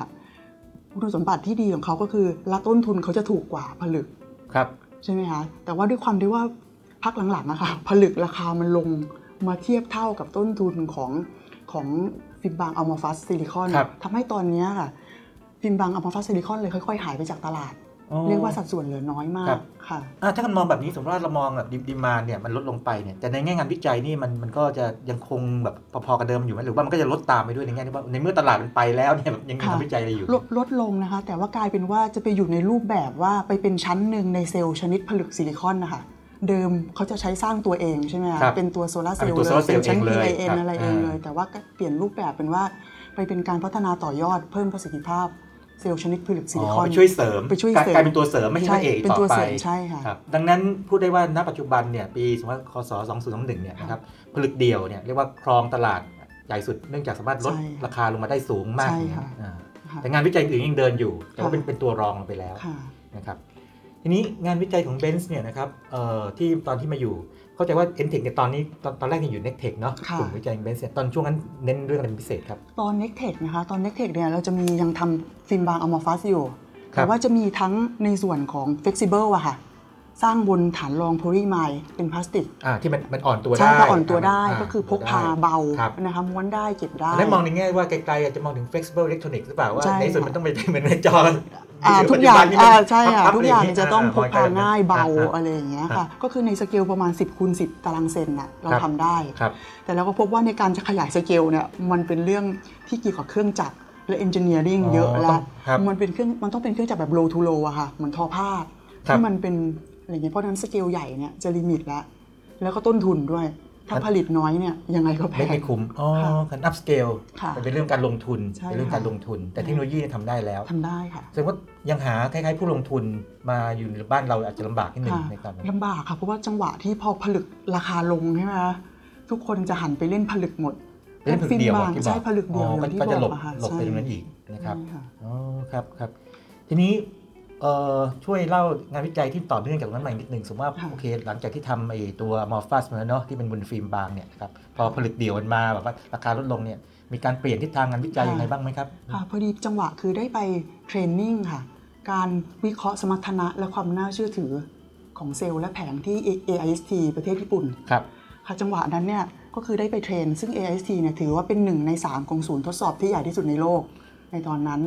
Speaker 3: คุณสมบัติที่ดีของเขาก็คือละต้นทุนเขาจะถูกกว่าผลึก
Speaker 2: ครับ
Speaker 3: ใช่ไหมคะ แต่ว่าด้วยความที่ว่าพักหลังๆอะค่ะ *laughs* ผลึกราคามันลงมาเทียบเท่ากับต้นทุนของของฟิล์มบางอัลมาฟัสซิลิคอน
Speaker 2: ครับ
Speaker 3: ทำให้ตอนเนี้ยค่ะ ฟิล์มบางอัลมาฟัสซิลิคอนเลยค่อยๆ หายไปจากตลาด
Speaker 2: อ๋อ
Speaker 3: เรียกว่าสัดส่วนเหลือน้อยมา
Speaker 2: ครั
Speaker 3: ก
Speaker 2: บ
Speaker 3: ค่ะ
Speaker 2: อ่าถ้ากันมองแบบนี้สมมติว่าเรามองแบบดีมาเนี่ยมันลดลงไปเนี่ยแต่ในแง่งานวิจัยนี่มันมันก็จะยังคงแบบพอๆกับเดิมอยู่ไหมหรือว่ามันก็จะลดตามไปด้วยในแง่ที่ว่าในเมื่อตลาดมันไปแล้วเนี่ยแบบยังมี
Speaker 3: ค่ะ
Speaker 2: งานวิจัยอะไรอยู่
Speaker 3: ลดลดลงนะคะ แต่ว่ากลายเป็นว่าจะไปอยู่ในรูปแบบว่าไปเป็นชั้นหนึ่งในเซลล์ชนิดผลึกซิลิคอนนะคะเดิมเขาจะใช้สร้างตัวเองใช่ไหมคะ
Speaker 2: ครับ
Speaker 3: เป็นตัวโซลาร์เซล
Speaker 2: เอา
Speaker 3: ล์
Speaker 2: เป็นตัว solar cell
Speaker 3: เลยเป็นชั้น
Speaker 2: เองเลย
Speaker 3: PIN อะไร
Speaker 2: ครับ
Speaker 3: เองเลย
Speaker 2: อ่า
Speaker 3: แต่ว่าก็เปลี่ยนรูปแบบเป็นว่าไปเป็นการพัฒนาต่อยอดเพิ่มประสิทธิภาพ เซลล์ชนิดผลิตซิ
Speaker 2: อ๋
Speaker 3: ลิค
Speaker 2: อ
Speaker 3: อน
Speaker 2: ไปช่วยเสริม
Speaker 3: ไปช่วย
Speaker 2: กลาย
Speaker 3: เสริม
Speaker 2: กลายเป็นตัวเสริมไม่ใช่พระเอก
Speaker 3: เป็น
Speaker 2: ต่อ
Speaker 3: ตัว
Speaker 2: ไป
Speaker 3: เสริมใช่ค่ะ
Speaker 2: ครับดังนั้นพูดได้ว่าณปัจจุบันเนี่ยปีสมมติคศ2021เนี่ยนะครับผลึกเดี่ยวเนี่ยเรียกว่าครองตลาดใหญ่สุดเนื่องจากสามารถลด
Speaker 3: ใช่
Speaker 2: ราคาลงมาได้สูงมาก
Speaker 3: ใช่
Speaker 2: อย่างเงี้ย
Speaker 3: ค่ะ
Speaker 2: อ่า
Speaker 3: ค่ะ
Speaker 2: แต่งานวิจัยอื่นยังเดินอยู่ แต่ว่า
Speaker 3: ค่ะ
Speaker 2: เป็นเป็นตัวรองลงไปแล้ว
Speaker 3: ค่ะ
Speaker 2: นะครับทีนี้งานวิจัยของเบนซ์เนี่ยนะครับเอ่อที่ตอนที่มาอยู่ เข้าใจว่า n t e c h เนี่ยตอนนี้ตอนตอนแรกเนี่ยอยู่ n e c t e c h เนาะ
Speaker 3: ค่ะ
Speaker 2: กลุ่มวิจัยเบนซ์เนี่ยตอนช่วงนั้นเน้นเรื่องอะไรเป็นพิเศษครับ
Speaker 3: ตอน n e c t e c h นะคะตอน n e c t e c h เนี่ยเราจะมียังทำฟิล์มบางอะมอร์ฟัสอยู่
Speaker 2: ครั
Speaker 3: แต่
Speaker 2: บ
Speaker 3: ว่าจะมีทั้งในส่วนของ flexible อะค่ะ สร้างบนฐานรองโพลีไมด์เป็นพลาสติก
Speaker 2: อ่าที่มันมันอ่อนตัวได้
Speaker 3: ใช่ค่ะอ่อนตัวได้
Speaker 2: า
Speaker 3: ก็คือพกพา
Speaker 2: ได้
Speaker 3: เบา
Speaker 2: ครับ
Speaker 3: นะคะม้วนได้เก็บได้
Speaker 2: อันนั้นมองในแง่ว่าไกลๆอาจจะมองถึง flexible electronics หรือเปล่าว่า
Speaker 3: ใช่
Speaker 2: ในที่สุด
Speaker 3: ค่ะ
Speaker 2: มันต้องไปเป็นเหมือนในจอ
Speaker 3: อ่า
Speaker 2: มื
Speaker 3: ทุก
Speaker 2: ปัจ
Speaker 3: อ
Speaker 2: จุ
Speaker 3: ย่า
Speaker 2: บั
Speaker 3: ง
Speaker 2: นนี่มัน
Speaker 3: อ่าใช่ค่ะ
Speaker 2: พับๆ
Speaker 3: ทุกอย่าง
Speaker 2: ไร
Speaker 3: จะต้องพกพา
Speaker 2: อ่มอไลๆ
Speaker 3: ง่ายเบา
Speaker 2: อ่
Speaker 3: อะไรอย่างเงี้ย
Speaker 2: ครั
Speaker 3: ค่ะ
Speaker 2: บ
Speaker 3: ก็คือในสเกลประมาณ 10คูณ10 ตารางเซนน่ะเรา
Speaker 2: ครับ
Speaker 3: ทำได้
Speaker 2: ครับ
Speaker 3: แต่เราก็พบว่าในการจะขยายสเกลเนี่ยมันเป็นเรื่องที่เกี่ยวกับเครื่องจักรและเอนจิเนียริง
Speaker 2: อ๋อ
Speaker 3: เยอะ
Speaker 2: ต้
Speaker 3: แล้
Speaker 2: อ
Speaker 3: ว
Speaker 2: งครับ
Speaker 3: มันเป็นเครื่องมันต้องเป็นเครื่องจักรแบบ low to low อะค่ะเหมือนทอผ้า
Speaker 2: ครับ
Speaker 3: ที่มันเป็นอะไรเงี้ยเพราะฉะนั้นสเกลใหญ่เนี่ยจะลิมิตละแล้วก็ต้นทุนด้วย ถ้า
Speaker 2: ครับ
Speaker 3: ผลิตน้อยเนี่ยยังไงก็แพ
Speaker 2: ไม่
Speaker 3: ง
Speaker 2: ไม่คุ้มอ๋อ
Speaker 3: ค่ะ
Speaker 2: การ upscale
Speaker 3: ค่ะ
Speaker 2: มันเป็นเรื่องการลงทุน
Speaker 3: ใช่
Speaker 2: เป็นเรื่อง
Speaker 3: ค่ะ
Speaker 2: การลงทุน แต่เทคโนโลยีเนี่ยทำได้แล้ว
Speaker 3: ทำได้ค่ะ
Speaker 2: แสดงว่ายังหาคล้ายๆผู้ลงทุนมาอยู่ในบ้านเราอาจจะลำบากนิดหนึ่ง
Speaker 3: ค่ะ
Speaker 2: ในตอนนี้
Speaker 3: ลำบากค่ะเพราะว่าจังหวะที่พอผลึกราคาลงใช่ไหมคะทุกคนจะหันไปเล่นผลึกหมด
Speaker 2: เล่นผลึกเดียวอะ
Speaker 3: ฟินบาง
Speaker 2: ที่บอก
Speaker 3: ใช่ผลึกเดียว
Speaker 2: อ๋อ
Speaker 3: อย่างที่
Speaker 2: ก็จะหล
Speaker 3: บอก
Speaker 2: บ
Speaker 3: อะค่ะ
Speaker 2: หลบไปตรงนั้นอีกนะครับ
Speaker 3: ใช่ค่ะ
Speaker 2: อ๋อ ครับครับ ทีนี้เอ่อช่วยเล่างานวิจัยที่ต่อเนื่องจากตรงนั้นใหม่นิดหนึ่งสมมติว่า
Speaker 3: ค่ะ
Speaker 2: โอเค หลังจากที่ทำไอ้ตัวมอร์ฟัสมาแล้วเนาะที่เป็นบนฟิล์มบางเนี่ยนะครับ พอผลึกเดี่ยวมันมาแบบว่าราคาลดลงเนี่ย มีการเปลี่ยนทิศทางงานวิจัย
Speaker 3: ค่ะ
Speaker 2: ยังไงบ้างไหมครับ
Speaker 3: ค่ะพอดีจังหวะคือได้ไปเทรนนิ่งค่ะ การวิเคราะห์สมรรถนะและความน่าเชื่อถือของเซลล์และแผงที่ AIST ประเทศญี่ปุ่น
Speaker 2: ครับ
Speaker 3: ค่ะจังหวะนั้นเนี่ยก็คือได้ไปเทรน ซึ่ง AIST เนี่ยถือว่าเป็นหนึ่งใน 3 ของศูนย์ทดสอบที่ใหญ่ที่สุดในโลก ในตอนนั้น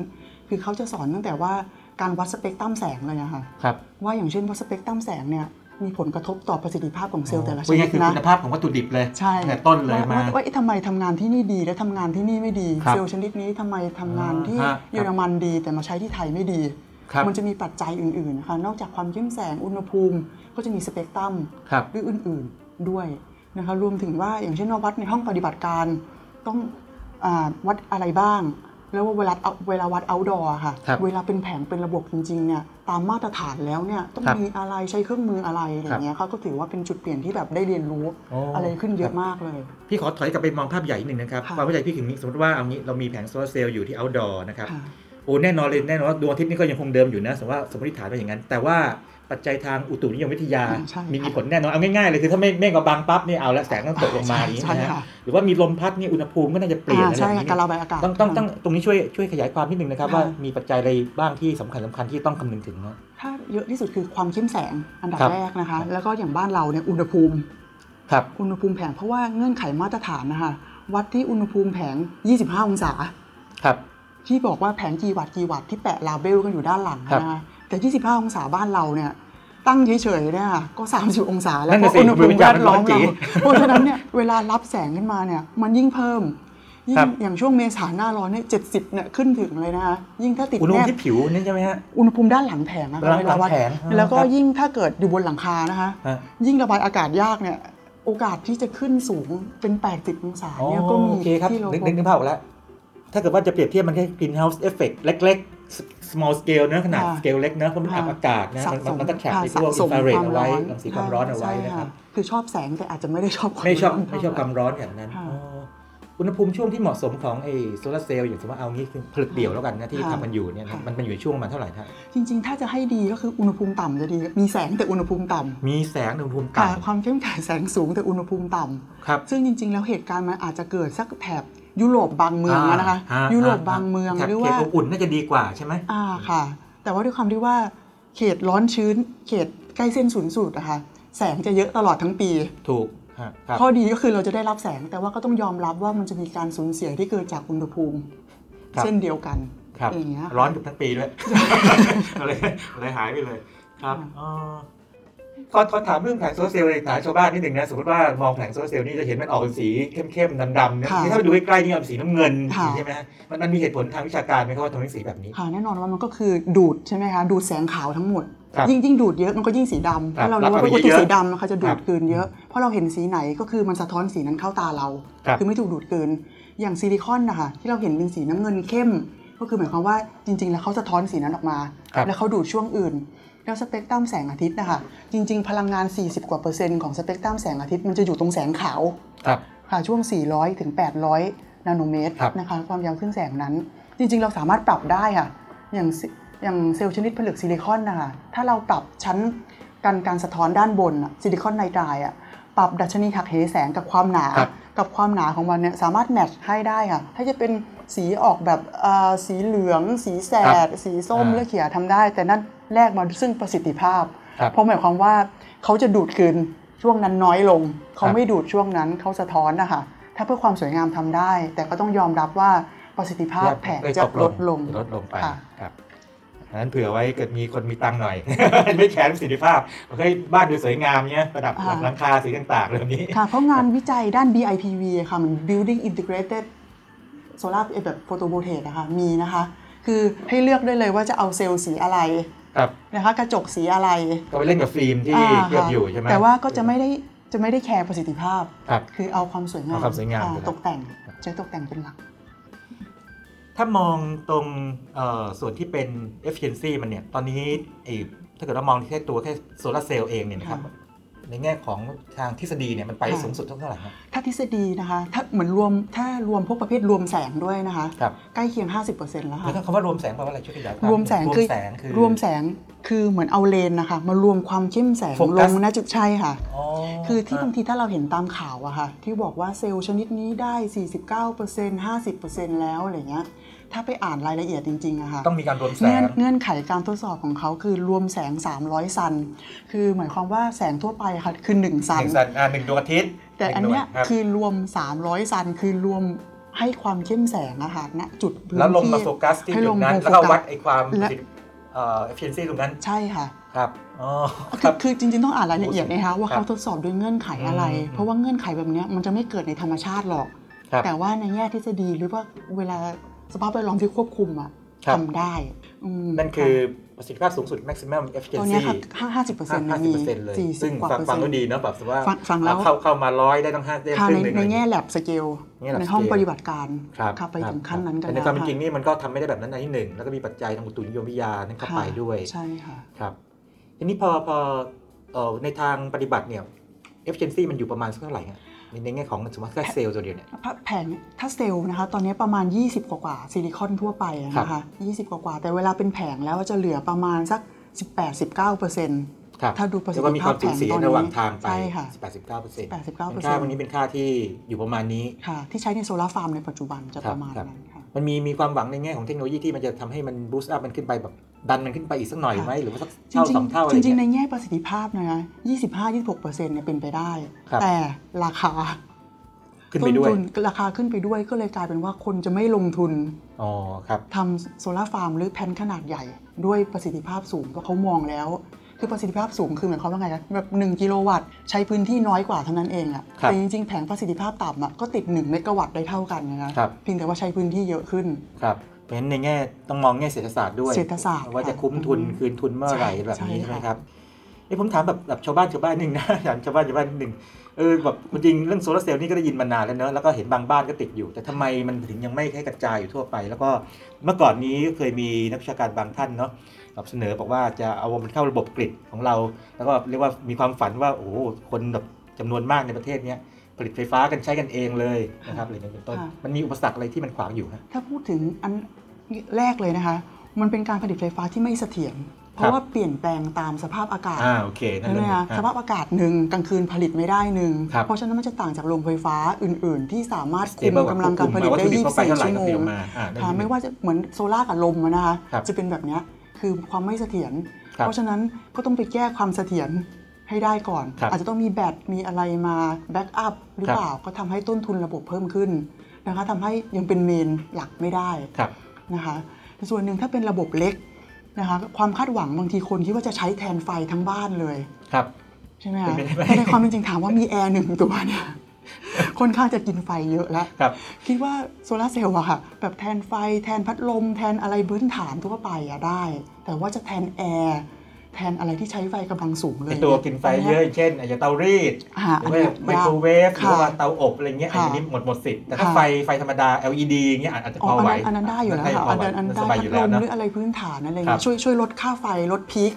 Speaker 3: คือเขาจะสอนตั้งแต่ว่าการวัดสเปกตรัมแสงเลยอะค่ะ
Speaker 2: ครับ
Speaker 3: ว่าอย่างเช่นว่าสเปกตรัมแสงเนี่ยมีผลกระทบต่อประสิทธิภาพของเซลล์แต่ละช
Speaker 2: พูด
Speaker 3: นิ
Speaker 2: ง่ายๆ
Speaker 3: ด
Speaker 2: คือ
Speaker 3: นะ
Speaker 2: คุณภาพของวัตถุดิบเลย
Speaker 3: ใช่
Speaker 2: ตั้งแต่ต้นเลย
Speaker 3: ว่า
Speaker 2: มา
Speaker 3: ว่าว่าเอ๊ะทำไมทำงานที่นี่ดีแล้วทำงานที่นี่ไม่ดี
Speaker 2: ครับ
Speaker 3: เซลล์ชนิดนี้ทำไมทำงานที่
Speaker 2: อ่าฮะ
Speaker 3: เยอรมันดีแต่มาใช้ที่ไทยไม่ดี
Speaker 2: ครับ
Speaker 3: มันจะมีปัจจัยอื่นๆนะคะนอกจากความเข้มแสงอุณหภูมิ ก็จะมีสเปกตรัม
Speaker 2: ครับ
Speaker 3: หรืออื่นๆด้วยนะคะรวมถึงว่าอย่างเช่นว่าวัดในห้องปฏิบัติการต้องอาวัดอะไรบ้าง แล้วว่าเวลาเอาเวลาวัด outdoor อะค่ะ
Speaker 2: ครับ
Speaker 3: เวลาเป็นแผงเป็นระบบจริงๆเนี่ยตามมาตรฐานแล้วเนี่ยต้อง
Speaker 2: ครับ
Speaker 3: มีอะไรใช้เครื่องมืออะไรอะไรอย่างเงี้ยเขาก็ถือว่าเป็นจุดเปลี่ยนที่แบบได้เรียนรู้
Speaker 2: โอ้
Speaker 3: อะไรขึ้นเยอะมากเลย
Speaker 2: พี่ขอถอยกลับไปมองภาพใหญ่นิดหนึ่งนะครับ
Speaker 3: ค่ะ
Speaker 2: ความเข้าใจพี่ถึงนี้สมมติว่าเอางี้เรามีแผงโซลาร์เซลล์อยู่ที่ outdoor นะครับ
Speaker 3: ค่ะ
Speaker 2: โอ้แน่นอนเลยแน่นอนว่าดวงอาทิตย์นี่ก็ยังคงเดิมอยู่นะสมมติว่าสมมติฐานเป็นอย่างนั้น แต่ว่าปัจจัยทางอุตุนิยมวิทยา
Speaker 3: ใช่
Speaker 2: มี
Speaker 3: ค่ะ
Speaker 2: มีผลแน่นอน เอาง่ายๆเลยคือถ้าไม่เมฆมาบังปั๊บเนี่ยเอาละแสงต้องตกลงมา
Speaker 3: ใช่
Speaker 2: อย่างนี้
Speaker 3: ใช่
Speaker 2: นะฮะ
Speaker 3: ค่ะ
Speaker 2: หรือว่ามีลมพัดเนี่ยอุณหภูมิก็น่าจะเปลี่ยน
Speaker 3: อ่า
Speaker 2: อะไร
Speaker 3: ใช่
Speaker 2: อย่าง
Speaker 3: ค่ะ
Speaker 2: นี้
Speaker 3: การระบายอากาศ
Speaker 2: ต้องต้องต้องตรงนี้ช่วยช่วยขยายความนิดนึงนะครับ
Speaker 3: ค่ะ
Speaker 2: ว่ามีปัจจัยอะไรบ้างที่สำคัญสำคัญที่ต้องคำนึงถึงนะ
Speaker 3: ถ้าเยอะที่สุดคือความเข้มแสงอันดับ
Speaker 2: ครับ
Speaker 3: แรกนะคะ แล้วก็อย่างบ้านเราเนี่ยอุณหภูมิ
Speaker 2: ครับ
Speaker 3: อุณหภูมิแผงเพราะว่าเงื่อนไขมาตรฐานนะคะ วัดที่อุณหภูมิแผง 25 องศา
Speaker 2: ครับ
Speaker 3: ที่บอกว่าแผงกี่วัตต์กี่วัตต์ที่แปะลาเบลกันอยู่ด้านหลัง
Speaker 2: ครับ
Speaker 3: นะคะแต่ 25 องศาบ้านเราเนี่ยตั้งเฉยๆเนี่ยค่ะก็ 30 องศาแล้
Speaker 2: นั่
Speaker 3: วน เพ
Speaker 2: น่ะ
Speaker 3: ราะ
Speaker 2: สิ
Speaker 3: อุณหภูมิแวดล้อม
Speaker 2: มันร้อนจี๋
Speaker 3: เราเพราะฉะนั้นเนี่ยเวลารับแสงขึ้นมาเนี่ยมันยิ่งเพิ่มยิ่ง
Speaker 2: ครับ
Speaker 3: อย่างช่วงเมษาหน้าร้อนเนี่ย70เนี่ยขึ้นถึงเลยนะคะยิ่งถ้าติด
Speaker 2: อุณหภู
Speaker 3: แน
Speaker 2: มิ
Speaker 3: บ
Speaker 2: ที่ผิวนี่ใช่ไหมฮะ
Speaker 3: อุณหภูมิด้านหลังแผงนะ
Speaker 2: หลัง
Speaker 3: เวลาวัด
Speaker 2: หลังแผง
Speaker 3: แล้วก็
Speaker 2: ครับ
Speaker 3: ยิ่งถ้าเกิดอยู่บนหลังคานะคะ
Speaker 2: ฮะ
Speaker 3: ยิ่งระบายอากาศยากเนี่ย โอกาสที่จะขึ้นสูงเป็น 80 องศา
Speaker 2: อ๋อ
Speaker 3: เนี่ยก็มี
Speaker 2: โอเคครับ
Speaker 3: ที่เรา
Speaker 2: นึก
Speaker 3: พ
Speaker 2: นึกนึก
Speaker 3: บ
Speaker 2: ภาพออกแล้ว ถ้าเกิดว่าจะเปรียบเทียบมันแค่ greenhouse effect เล็กๆ small scale นะขนาด
Speaker 3: ค่ะ
Speaker 2: scale เล็กนะเพราะมันอับอากาศนะ
Speaker 3: สะ
Speaker 2: มัน
Speaker 3: สม
Speaker 2: มันก็แฉก
Speaker 3: ค่ะ
Speaker 2: ไปพวก
Speaker 3: สะ
Speaker 2: อิน
Speaker 3: สม
Speaker 2: ฟราเรด
Speaker 3: ความ
Speaker 2: เอา
Speaker 3: ร้
Speaker 2: ไว้
Speaker 3: อน
Speaker 2: รังสีความร้อนเอาไว้
Speaker 3: ใช่
Speaker 2: นะครับ
Speaker 3: คือชอบแสงแต่อาจจะไม่ได้ชอบความ
Speaker 2: ไม่ชอบ
Speaker 3: ร้น
Speaker 2: ไม่ชอบค
Speaker 3: เท่
Speaker 2: วา
Speaker 3: ห
Speaker 2: มร้อนอย่างนั้น
Speaker 3: ค่ะ
Speaker 2: อ๋ออุณหภูมิช่วงที่เหมาะสมของไอ้โซลาร์เซลล์อย่างสมมติว่าเอางี้คือผลึกเดี่ยวแล้วกันนะที่
Speaker 3: ค่ะ
Speaker 2: ทำกันอยู่เนี่ยนะ
Speaker 3: ค่ะ
Speaker 2: มันมันอยู่ในช่วงประมันเท่าไหร่ครับ
Speaker 3: จริง ๆ ถ้าจะให้ดีก็คืออุณหภูมิต่ำจะดี มีแสงแต่อุณหภูมิต่ำ
Speaker 2: มีแสงอุณหภูมิ
Speaker 3: ค่ะ
Speaker 2: ต่ำ
Speaker 3: ความเข้มแข็งแสงสูงแต่อุณหภูมิต่ำ
Speaker 2: ครับ
Speaker 3: ซึ่งจริง ๆ แล้วเหตุการณ์มันอาจจะเกิดสักแถบยุโรปบางเมือง
Speaker 2: อ่า
Speaker 3: นะคะ
Speaker 2: ฮะ
Speaker 3: ยุโรป
Speaker 2: ฮะ
Speaker 3: บางเมือง
Speaker 2: แถบ
Speaker 3: หรือ
Speaker 2: เขต
Speaker 3: ว่า
Speaker 2: อบอุ่นน่าจะดีกว่าใช่ไหม
Speaker 3: อ่าค่ะ แต่ว่าด้วยความที่ว่า เขตร้อนชื้น เขตใกล้เส้นศูนย์สูตรนะคะแสงจะเยอะตลอดทั้งปี
Speaker 2: ถูกฮะครับ
Speaker 3: ข้อดีก็คือเราจะได้รับแสง แต่ว่าก็ต้องยอมรับว่ามันจะมีการสูญเสียที่เกิดจากอุณหภูมิ
Speaker 2: ครับ
Speaker 3: เช่นเดียวกัน
Speaker 2: ครับ
Speaker 3: อย่างเงี้ย
Speaker 2: ร้อนเกับทั้งปี
Speaker 3: *laughs*
Speaker 2: ด้วย เลยเลยหายไปเลยครับ
Speaker 3: ค่ะ
Speaker 2: อ๋อขอขอถามเรื่องแผงโซลาร์เซลล์ในฐานชาวบ้านนิดหนึ่งนะ สมมติว่ามองแผงโซลาร์เซลล์นี่จะเห็นมันออกเป็นสีเข้มๆดำๆนะ
Speaker 3: ค่ะ
Speaker 2: ที่ถ้าไปดูใกล้ๆนี่ออกเป็นสีน้ำเงิน
Speaker 3: ค่ะ
Speaker 2: ใช่ไหมฮะมันมันมีเหตุผลทางวิชาการไหมครับว่าทำไมถึงสีแบบนี้
Speaker 3: ค่ะแน่นอนว่ามันก็คือดูดใช่ไหมคะดูดแสงขาวทั้งหมด
Speaker 2: ครับ
Speaker 3: ยิ่งยิ่งดูดเยอะมันก็ยิ่งสีดำ
Speaker 2: ครับ
Speaker 3: เพราะเรารู้ว่าเป็น
Speaker 2: รับ
Speaker 3: อุ
Speaker 2: เข้าไปเย
Speaker 3: ตุ
Speaker 2: อะ
Speaker 3: สีดำนะคะจะดู
Speaker 2: ครั
Speaker 3: ด
Speaker 2: บ
Speaker 3: กลืนเยอะ เพราะเราเห็นสีไหนก็คือมันสะท้อนสีนั้นเข้าตาเรา
Speaker 2: ครับ
Speaker 3: อไม่ถูกดูดกลืนอย่างซิลิคอนนะคะที่เราเห็นเป็นสีน้ำเงินเข้ม ก็คือหมายความว่าจริง ๆ แล้วเขาสะท้อนสีนั้นออกมา
Speaker 2: ครับ
Speaker 3: แล้วเขาดูดช่วงอื่น แล้วสเปกตรัมแสงอาทิตย์นะคะจริง ๆ พลังงาน 40 กว่าเปอร์เซ็นต์ของสเปกตรัมแสงอาทิตย์มันจะอยู่ตรงแสงขาว
Speaker 2: ครับ
Speaker 3: ค่ะช่วง 400 ถึง 800 นาโนเมตร
Speaker 2: ครับ
Speaker 3: นะคะ ความยาวคลื่นแสงนั้น จริง ๆ เราสามารถปรับได้ค่ะ อย่างซิอย่างเซลล์ชนิดผลึกซิลิคอนนะคะ ถ้าเราปรับชั้นการการสะท้อนด้านบนอะซิลิคอนไนไตรด์อะปรับดัชนีหักเหแสงกับความหนา
Speaker 2: ครับ
Speaker 3: กับความหนาของมันเนี่ยสามารถแมทช์ให้ได้ค่ะ ถ้าจะเป็นสีออกแบบเอ่อสีเหลือง สีแส
Speaker 2: ครับ
Speaker 3: ด สีส้ม
Speaker 2: อ่า
Speaker 3: เลือดเขียวทำได้ แต่นั่นแลกมาซึ่งประสิทธิภาพ
Speaker 2: ครับ
Speaker 3: เพราะหมายความว่าเขาจะดูดคืนช่วงนั้นน้อยลง เขา
Speaker 2: ครับ
Speaker 3: ไม่ดูดช่วงนั้นเขาสะท้อนนะคะถ้าเพื่อความสวยงามทำได้ แต่ก็ต้องยอมรับว่าประสิทธิภาพแผงจะลดลง
Speaker 2: ลดลงไป
Speaker 3: ค่ะ
Speaker 2: ครับอันนั้นเผื่อไว้เกิดมีคนมีตัง
Speaker 3: *laughs*
Speaker 2: ค์หน่อย ไม่แขนประสิทธิภาพเฮ้ยบ้านดูสวยงามเนี้ยประดับหลังหลังคาสีต่างๆเรื่องนี้
Speaker 3: ค่ะ เพราะงานวิจัยด้าน BIPV อะค่ะมัน Building Integrated Solar แบบ Photovoltaic นะคะมีนะคะ คือให้เลือกได้เลยว่าจะเอาเซลล์สีอะไร
Speaker 2: ครับ
Speaker 3: นะคะกระจกสีอะไร
Speaker 2: ก็ไปเล่นกับฟิล์มที่
Speaker 3: อ่า
Speaker 2: เคลือบ
Speaker 3: ค่ะ
Speaker 2: อยู่ใช่ไหม
Speaker 3: แต่ว่าก็จะไม่ได้จะไม่ได้แคร์ประสิทธิภาพ
Speaker 2: ครับ
Speaker 3: คือเอาความสวยงาม
Speaker 2: เอาความสวยงาม
Speaker 3: อ่
Speaker 2: เป็นหลัก
Speaker 3: ตกแต่งใช้ตกแต่งเป็นหลัก
Speaker 2: ถ้ามองตรงเอ่อส่วนที่เป็น efficiency มันเนี่ย ตอนนี้ไอ้ถ้าเกิดเรามองแค่ตัวแค่โซลาร์เซลล์เองเนี่ยนะครับ
Speaker 3: ค่ะ
Speaker 2: ในแง่ของทางทฤษฎีเนี่ยมันไป
Speaker 3: ค่ะ
Speaker 2: สูงสุดเท่าไหร่ครับ
Speaker 3: ถ้าทฤษฎีนะคะ ถ้าเหมือนรวม ถ้ารวมพวกประเภทรวมแสงด้วยนะคะ
Speaker 2: ครับ
Speaker 3: ใกล้เคียง 50%แล้วค่ะ
Speaker 2: แล้วคำว่ารวมแสงแปลว่าอะไรช่วยขยายคาม
Speaker 3: รวมแสง
Speaker 2: รว
Speaker 3: คื
Speaker 2: ม
Speaker 3: อ
Speaker 2: แสงคือ
Speaker 3: รวมแสงคือเหมือนเอาเลนนะคะ มารวมความเข้มแสง
Speaker 2: โฟกั
Speaker 3: ล
Speaker 2: ส
Speaker 3: งณจุดใช่ค่ะ
Speaker 2: อ๋อ
Speaker 3: คือที่บางทีถ้าเราเห็นตามข่าวอะค่ะ ที่บอกว่าเซลล์ชนิดนี้ได้ 49% 50%แล้วอะไรเงี้ย ถ้าไปอ่านรายละเอียดจริงๆอะค่ะ
Speaker 2: ต้องมีการรวมแส
Speaker 3: เงื่
Speaker 2: ง
Speaker 3: อนเงื่อนไขการทดสอบของเขาคือรวมแสง 300 ซัน คือหมายความว่าแสงทั่วไปค่ะคือ1ซั
Speaker 2: ห
Speaker 3: น
Speaker 2: นึ่งสันอ่าหนึ่งดวงอาทิตย์
Speaker 3: แต่อันเนี้ย
Speaker 2: หงหวรับ
Speaker 3: คือรวม 300 ซันคือรวมให้ความเข้มแสงอะค่ะณจุดพื้นที่
Speaker 2: แล้วลงมาโฟกัสที่
Speaker 3: ให้
Speaker 2: จุ
Speaker 3: ล
Speaker 2: ด
Speaker 3: ง
Speaker 2: นั้น
Speaker 3: มาโฟกัส
Speaker 2: แล้วก็วัดไอ้ความป
Speaker 3: และ
Speaker 2: ระสิทธิเอ่อ efficiency ตรงนั้น
Speaker 3: ใช่ค่ะ
Speaker 2: ครับ อ๋อ ค
Speaker 3: คื
Speaker 2: รั
Speaker 3: อบ คือจริงๆต้องอ่านรายละเอียดนะคะว่า
Speaker 2: ครับ
Speaker 3: เขาทดสอบด้วยเงื่อนไขอะไร
Speaker 2: อืม
Speaker 3: เพราะว่าเงื่อนไขแบบเนี้ยมันจะไม่เกิดในธรรมชาติหรอก
Speaker 2: ครับ
Speaker 3: แต่ว่าในแง่ทฤษฎีหรือว่าเวลาสภาพแวดล้อมที่ควบคุมอะ
Speaker 2: ครับ
Speaker 3: ทำได้อืม
Speaker 2: นั่นคือประสิทธิภาพสูงสุด maximum
Speaker 3: ะตัว
Speaker 2: efficiency
Speaker 3: เนี้ยค่ะห้าสิบเปอร์เซ็นต์
Speaker 2: ห้าสิบเปอร์เซ็นต์เลย
Speaker 3: สี่สิ
Speaker 2: ซึ่
Speaker 3: บ
Speaker 2: ง
Speaker 3: กว่า
Speaker 2: ฟัง
Speaker 3: เปอร์
Speaker 2: ฟั
Speaker 3: เซ็
Speaker 2: ง
Speaker 3: น
Speaker 2: ก็
Speaker 3: ต์
Speaker 2: ดีเนอะแบบว่า
Speaker 3: ฟังฟังแล้ว
Speaker 2: เข้าเข้ามาร้อยได้ต้องห้าได้
Speaker 3: ค่ะ
Speaker 2: ครึ่ง
Speaker 3: ใน
Speaker 2: หนึ่งอะ
Speaker 3: ใน
Speaker 2: ไรอย่าง
Speaker 3: แง่
Speaker 2: เงี้ย
Speaker 3: แลบสเกล
Speaker 2: แง่ lab
Speaker 3: ในห้อง
Speaker 2: scale
Speaker 3: ปฏิบัติการ
Speaker 2: ครับ
Speaker 3: ค่ะไปถึงขั้นนั้นกัน
Speaker 2: แต่ใน
Speaker 3: แล้ว
Speaker 2: ความเป็นจริง
Speaker 3: ค่ะ
Speaker 2: นี่มันก็ทำไม่ได้แบบนั้นนะที่หนึ่ง แล้วก็มีปัจจัยทางอุตุนิยมวิทยานั่นเข้าไปด้วย
Speaker 3: ใช่ค่ะ
Speaker 2: ครับทีนี้พอพอเอ่อในทางปฏิบัติเนี่ย efficiency มันอยู่ประมาณสักเท่าไหร่ฮะในในแง่ของสมมติแค่เซลล์ตัวเดียวเนี่ย
Speaker 3: แผงถ้าเซลล์นะคะ ตอนนี้ประมาณ 20 กว่ากว่าซิลิคอนทั่วไปอะนะ
Speaker 2: ครั
Speaker 3: คะ20 กว่ากว่า แต่เวลาเป็นแผงแล้วจะเหลือประมาณสัก 18-19%
Speaker 2: ครับ
Speaker 3: ถ้าดูประสิท
Speaker 2: แล้วก็
Speaker 3: ธิ
Speaker 2: มี
Speaker 3: ภาว
Speaker 2: คา
Speaker 3: พ
Speaker 2: ม
Speaker 3: แผ
Speaker 2: สูญ
Speaker 3: ง
Speaker 2: เสีย
Speaker 3: ตอน
Speaker 2: ระหว่าง
Speaker 3: นี้
Speaker 2: ทางไป
Speaker 3: ใช่ค่ะ
Speaker 2: แปดสิบเก้าเปอร์เซ็นต์
Speaker 3: 89%
Speaker 2: ค่าวันนี้เป็นค่าที่อยู่ประมาณนี้
Speaker 3: ค่ะ ที่ใช้ในโซลาร์ฟาร์มในปัจจุบันจะ
Speaker 2: ครั
Speaker 3: ป
Speaker 2: บ
Speaker 3: ระมาณ
Speaker 2: ครับ
Speaker 3: นั้นค่ะ
Speaker 2: มันมีมีความหวังในแง่ของเทคโนโลยีที่มันจะทำให้มันบูสต์อัพมันขึ้นไปแบบดันมันขึ้นไปอีกสักหน่อยไหมหรือว่าสักเท่าสองเท่าอะไร
Speaker 3: จริงๆจริ
Speaker 2: เงี้
Speaker 3: ง
Speaker 2: ย
Speaker 3: ๆ ในแง่ประสิทธิภาพนะคะ25-26%เนี่ยเป็นไปได้
Speaker 2: ครับ
Speaker 3: แต่ราคา
Speaker 2: ขึ้นไปด้วย
Speaker 3: ต้ทุราคาขึ้นไปด้วยก็เลยกลายเป็นว่าคนจะไม่ลงทุน
Speaker 2: อ๋อครับ
Speaker 3: ทำโซลาร์ฟาร์มหรือแผ่นขนาดใหญ่ ด้วยประสิทธิภาพสูงเพราะเขามองแล้ว คือประสิทธิภาพสูงคือหมายความว่าไงคะแบบ 1 กิโลวัตต์ ใช้พื้นที่น้อยกว่าเท่านั้นเองอะแต่จริงๆ แผงประสิทธิภาพต่ำอะก็ติด 1 เมกะวัตต์ได้เท่ากันนะคะ
Speaker 2: ครับ
Speaker 3: เพียงแต่ว่าใช้พื้นที่เยอะขึ้น
Speaker 2: ครับเพราะฉะนั้นในแง่ต้องมองแง่เศรษฐศาสตร์ด้วย
Speaker 3: เศรษฐศาสตร์
Speaker 2: ว่าจะ
Speaker 3: ค่ะ
Speaker 2: คุ้มทุน
Speaker 3: อืม
Speaker 2: คืนทุนเมื่อไหร่
Speaker 3: ใช่
Speaker 2: แบบนี้
Speaker 3: ใช่
Speaker 2: ใช่ไหม
Speaker 3: ค่ะ
Speaker 2: ครับเอ้ผมถามแบบแบบชาวบ้านชาวบ้านหนึ่งนะ *laughs* ถามชาวบ้านชาวบ้านหนึ่งเออแบบจริงๆเรื่องโซลาร์เซลล์นี่ก็ได้ยินมานานแล้วเนอะแล้วก็เห็นบางบ้านก็ติดอยู่ แต่ทำไมมันถึงยังไม่ให้กระจายอยู่ทั่วไป แล้วก็เมื่อก่อนนี้เคยมีนักวิชาการบางท่านเนาะ แบบเสนอบอกว่าจะเอามันเข้าระบบกริดของเรา แล้วก็เรียกว่ามีความฝันว่าโอ้โหคนแบบจำนวนมากในประเทศเนี้ยผลิตไฟฟ้ากันใช้กันเองเลยนะครับอะไรอย่างเงี้ยเป็นต้น
Speaker 3: ค่ะ
Speaker 2: มันมีอุปสรรคอะไรที่มันขวางอยู่ฮะ
Speaker 3: ถ้าพูดถึงอันแรกเลยนะคะ มันเป็นการผลิตไฟฟ้าที่ไม่เสถียรเพ
Speaker 2: ครั
Speaker 3: ราะ
Speaker 2: บ
Speaker 3: ว่าเปลี่ยนแปลงตามสภาพอากาศ
Speaker 2: อ่าโอเคนั่น
Speaker 3: ใช่ไห
Speaker 2: เรื่
Speaker 3: ม
Speaker 2: องห
Speaker 3: คะ
Speaker 2: นึ่งอ่ะ
Speaker 3: สภาพอากาศหนึ่งกลางคืนผลิตไม่ได้หนึ่ง
Speaker 2: ครับ
Speaker 3: เพราะฉะนั้นมันจะต่างจากโรงไฟฟ้าอื่น ๆ ที่สามารถคุม
Speaker 2: Stable
Speaker 3: กำลังการผลิตได้
Speaker 2: คุมมาว่าผลิต
Speaker 3: 24
Speaker 2: เข้าไป
Speaker 3: ชั่วโม
Speaker 2: เท่าไหร่ก็ผลิต
Speaker 3: ง
Speaker 2: ออกมาอ่าได้
Speaker 3: ค่ะไม่ว่าจะเหมือนโซล่าร์กับลมอะนะคะ
Speaker 2: ครับ
Speaker 3: จะเป็นแบบเนี้ยคือความไม่เสถียร
Speaker 2: ครับ
Speaker 3: เพราะฉะนั้นก็ต้องไปแก้ความเสถียรให้ได้ก่อน
Speaker 2: ครับ
Speaker 3: อาจจะต้องมีแบตมีอะไรมาแบ็กอัพหรือ
Speaker 2: ครับ
Speaker 3: เปล่าก็ทำให้ต้นทุนระบบเพิ่มขึ้นนะคะทำให้ยังเป็นเมนหลักไม่ได้
Speaker 2: ครับ
Speaker 3: นะคะส่วนหนึ่งถ้าเป็นระบบเล็กนะคะความคาดหวังบางทีคนคิดว่าจะใช้แทนไฟทั้งบ้านเลย
Speaker 2: ครับ
Speaker 3: ใช่ไหม
Speaker 2: เป็น
Speaker 3: คะ
Speaker 2: ไปได้ไหม
Speaker 3: แต่ในความเป็นจริงถามว่ามีแอร์หนึ่งตัวเนี่ย *laughs* ค่อนข้างจะกินไฟเยอะแล้ว
Speaker 2: ครับ
Speaker 3: คิดว่าโซลาร์เซลล์อะค่ะ แบบแทนไฟแทนพัดลม แทนอะไรพื้นฐานทั่วไปอะได้ แต่ว่าจะแทนแอร์ แทนอะไรที่ใช้ไฟกำลังสูงเลย
Speaker 2: ไอตัวกินไฟเยอะอย่างเช่นอาจจะเตารีด
Speaker 3: อ่า
Speaker 2: หรือว่า
Speaker 3: อันเนี้ย
Speaker 2: ไมโครเวฟหรื
Speaker 3: ค่ะ
Speaker 2: อว่าเตาอบอะไรเงี้ย
Speaker 3: ค่ะ
Speaker 2: อันนี้หมดหมดสิทธิ์แต่ถ้า
Speaker 3: ค่ะ
Speaker 2: ไฟไฟธรรมดา LED เงี้ยอาจจะ
Speaker 3: อ๋
Speaker 2: พ
Speaker 3: อ
Speaker 2: อไหว
Speaker 3: อันนั้นอันนั้นได้อยู่แล้วค่ะ
Speaker 2: พอ
Speaker 3: อัน
Speaker 2: ไหว
Speaker 3: นั้นอัน
Speaker 2: มัน
Speaker 3: ได้
Speaker 2: สบายอ
Speaker 3: พัด
Speaker 2: ยู่
Speaker 3: ล
Speaker 2: แล้ว
Speaker 3: ม
Speaker 2: นะ
Speaker 3: หรืออะไรพื้นฐานอะไร
Speaker 2: ครั
Speaker 3: เงี้
Speaker 2: บ
Speaker 3: ยช่วยช่วยลดค่าไฟลดพีค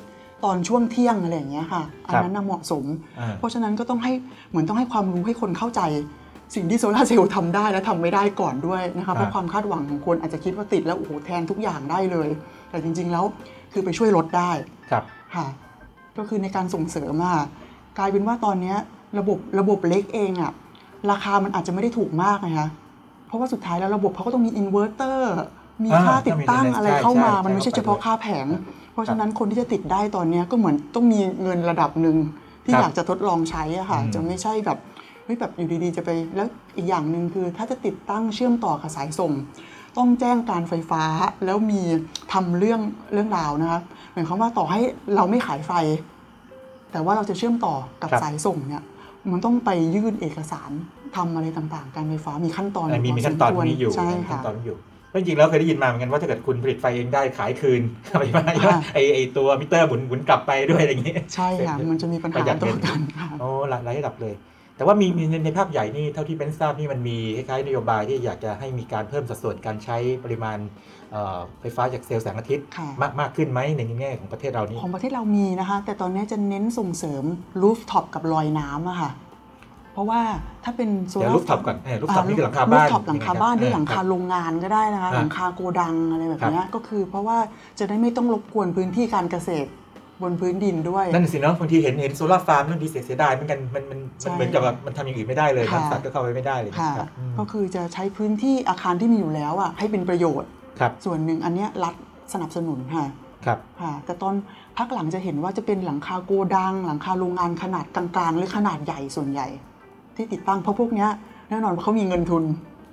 Speaker 3: ตอนช่วงเที่ยงอะไรอย่างเงี้ยค่ะ อันนั้นน่ะเหมาะสม
Speaker 2: อ่า
Speaker 3: เพราะฉะนั้นก็ต้องให้เหมือนต้องให้ความรู้ให้คนเข้าใจ สิ่งที่โซลาร์เซลล์ทำได้และท *laughs* ำไม่ได้ก่อนด้วยนะคะเพราะความคาดหวังของคนอาจจะคิดว่าติดแล้วโอ้โหแทนทุกอย่างได้เลย แต่จริง ๆ แล้วคือไปช่วยลดได้
Speaker 2: ครับ
Speaker 3: ค่ะก็คือในการส่งเสริมอะกลายเป็นว่าตอนเนี้ยระบบระบบเล็กเองอะราคามันอาจจะไม่ได้ถูกมากนะคะเพราะว่าสุดท้ายแล้วระบบเขาก็ต้องมีอินเวอร์เตอร์ มี
Speaker 2: อ่า
Speaker 3: ค่าติดตั้ง
Speaker 2: ต้องมี
Speaker 3: อะไรเข้ามา
Speaker 2: ใช่ใช่
Speaker 3: มันไม่ใช่เฉพาะค่าแผง เพราะฉะนั้นคนที่จะติดได้ตอนเนี้ยก็เหมือนต้องมีเงินระดับหนึ่งที่
Speaker 2: ครับ
Speaker 3: อยากจะทดลองใช้อะค่ะ
Speaker 2: อืม
Speaker 3: จะไม่ใช่แบบเฮ้ยแบบอยู่ดีๆจะไปแล้วอีกอย่างหนึ่งคือถ้าจะติดตั้งเชื่อมต่อกับสายส่ง ต้องแจ้งการไฟฟ้าแล้วมีทำเรื่องเรื่องราวนะคะหมายความว่าต่อให้เราไม่ขายไฟ แต่ว่าเราจะเชื่อมต่อกับ
Speaker 2: ครับ
Speaker 3: สายส่งเนี่ยมันต้องไปยื่นเอกสารทำอะไรต่างๆ การไฟฟ้ามีขั้นตอน
Speaker 2: เอ่อมี
Speaker 3: พ
Speaker 2: มีขั้นตอน
Speaker 3: สวร
Speaker 2: นี้อยู่
Speaker 3: ใช่
Speaker 2: มีขั้
Speaker 3: ค่ะ
Speaker 2: นตอนนี้อยู่แล้วจริงๆแล้วเคยได้ยินมาเหมือนกันว่าถ้าเกิดคุณผลิตไฟเองได้ *laughs* ขายคืน ไปมา
Speaker 3: อ่า
Speaker 2: ไอไอตัวมิเตอร์หมุนหมุนกลับไปด้วยอะไรอย่างนี้
Speaker 3: ใช่ค่ะ มันจะมีปัญ
Speaker 2: ป
Speaker 3: หา
Speaker 2: ระหยัด
Speaker 3: ต่
Speaker 2: เงิ
Speaker 3: อน กันค่ะ
Speaker 2: โอ้หลายหลายระดับเลย แต่ว่ามีมีในในภาพใหญ่นี่เท่าที่เป็นซ์ทราบนี่มันมีคล้ายๆนโยบายที่อยากจะให้มีการเพิ่มสัดส่วนการใช้ปริมาณเอ่อไฟฟ้าจากเซลล์แสงอาทิตย์
Speaker 3: ค่ะ
Speaker 2: มากมากขึ้นไหมในแง่ของประเทศเรานี่
Speaker 3: ของประเทศเรามีนะคะ แต่ตอนนี้จะเน้นส่งเสริม rooftop กับลอยน้ำอะค่ะ เพราะว่าถ้าเป็นโซ
Speaker 2: เดี๋ยว
Speaker 3: ลา
Speaker 2: รูป
Speaker 3: ร์
Speaker 2: ท็อปก่อนรูปท็อปนี่คือหลังคาบ้าน
Speaker 3: ท็อปหลังคาบ้านหรือหลังคา
Speaker 2: เออรับ
Speaker 3: โรงงานก็ได้นะ
Speaker 2: ค
Speaker 3: คะ
Speaker 2: รับ
Speaker 3: หลังคาโกดังอะไรแบบเนี้ยก็คือเพราะว่าจะได้ไม่ต้องรบกวนพื้นที่การเกษตรบนพื้นดินด้วย
Speaker 2: นั่นสิเนาะบางทีเห็นเห็นโซลาร์ฟาร์มบางทีเสียเสียดายเหมือนกันมันมัน
Speaker 3: ใช่
Speaker 2: มันเหมือนกับแบบมันทำอย่างอื่นไม่ได้เลย
Speaker 3: ค่ะ
Speaker 2: นะสัตว์ก็เข้าไปไม่ได้เลยนะ
Speaker 3: ค่ะ
Speaker 2: ครับอืม
Speaker 3: ก็คือจะใช้พื้นที่อาคารที่มีอยู่แล้วอ่ะให้เป็นประโยชน์
Speaker 2: ครับ
Speaker 3: ส่วนหนึ่งอันเนี้ยรัฐสนับสนุนค่ะ
Speaker 2: ครับ
Speaker 3: ค่ะ แต่ตอนพักหลังจะเห็นว่าจะเป็นหลังคาโกดัง หลังคาโรงงานขนาดกลางๆ หรือขนาดใหญ่ส่วนใหญ่ ที่ติดตั้งเพราะพวกเนี้ยแน่นอนว่าเขามีเงินทุน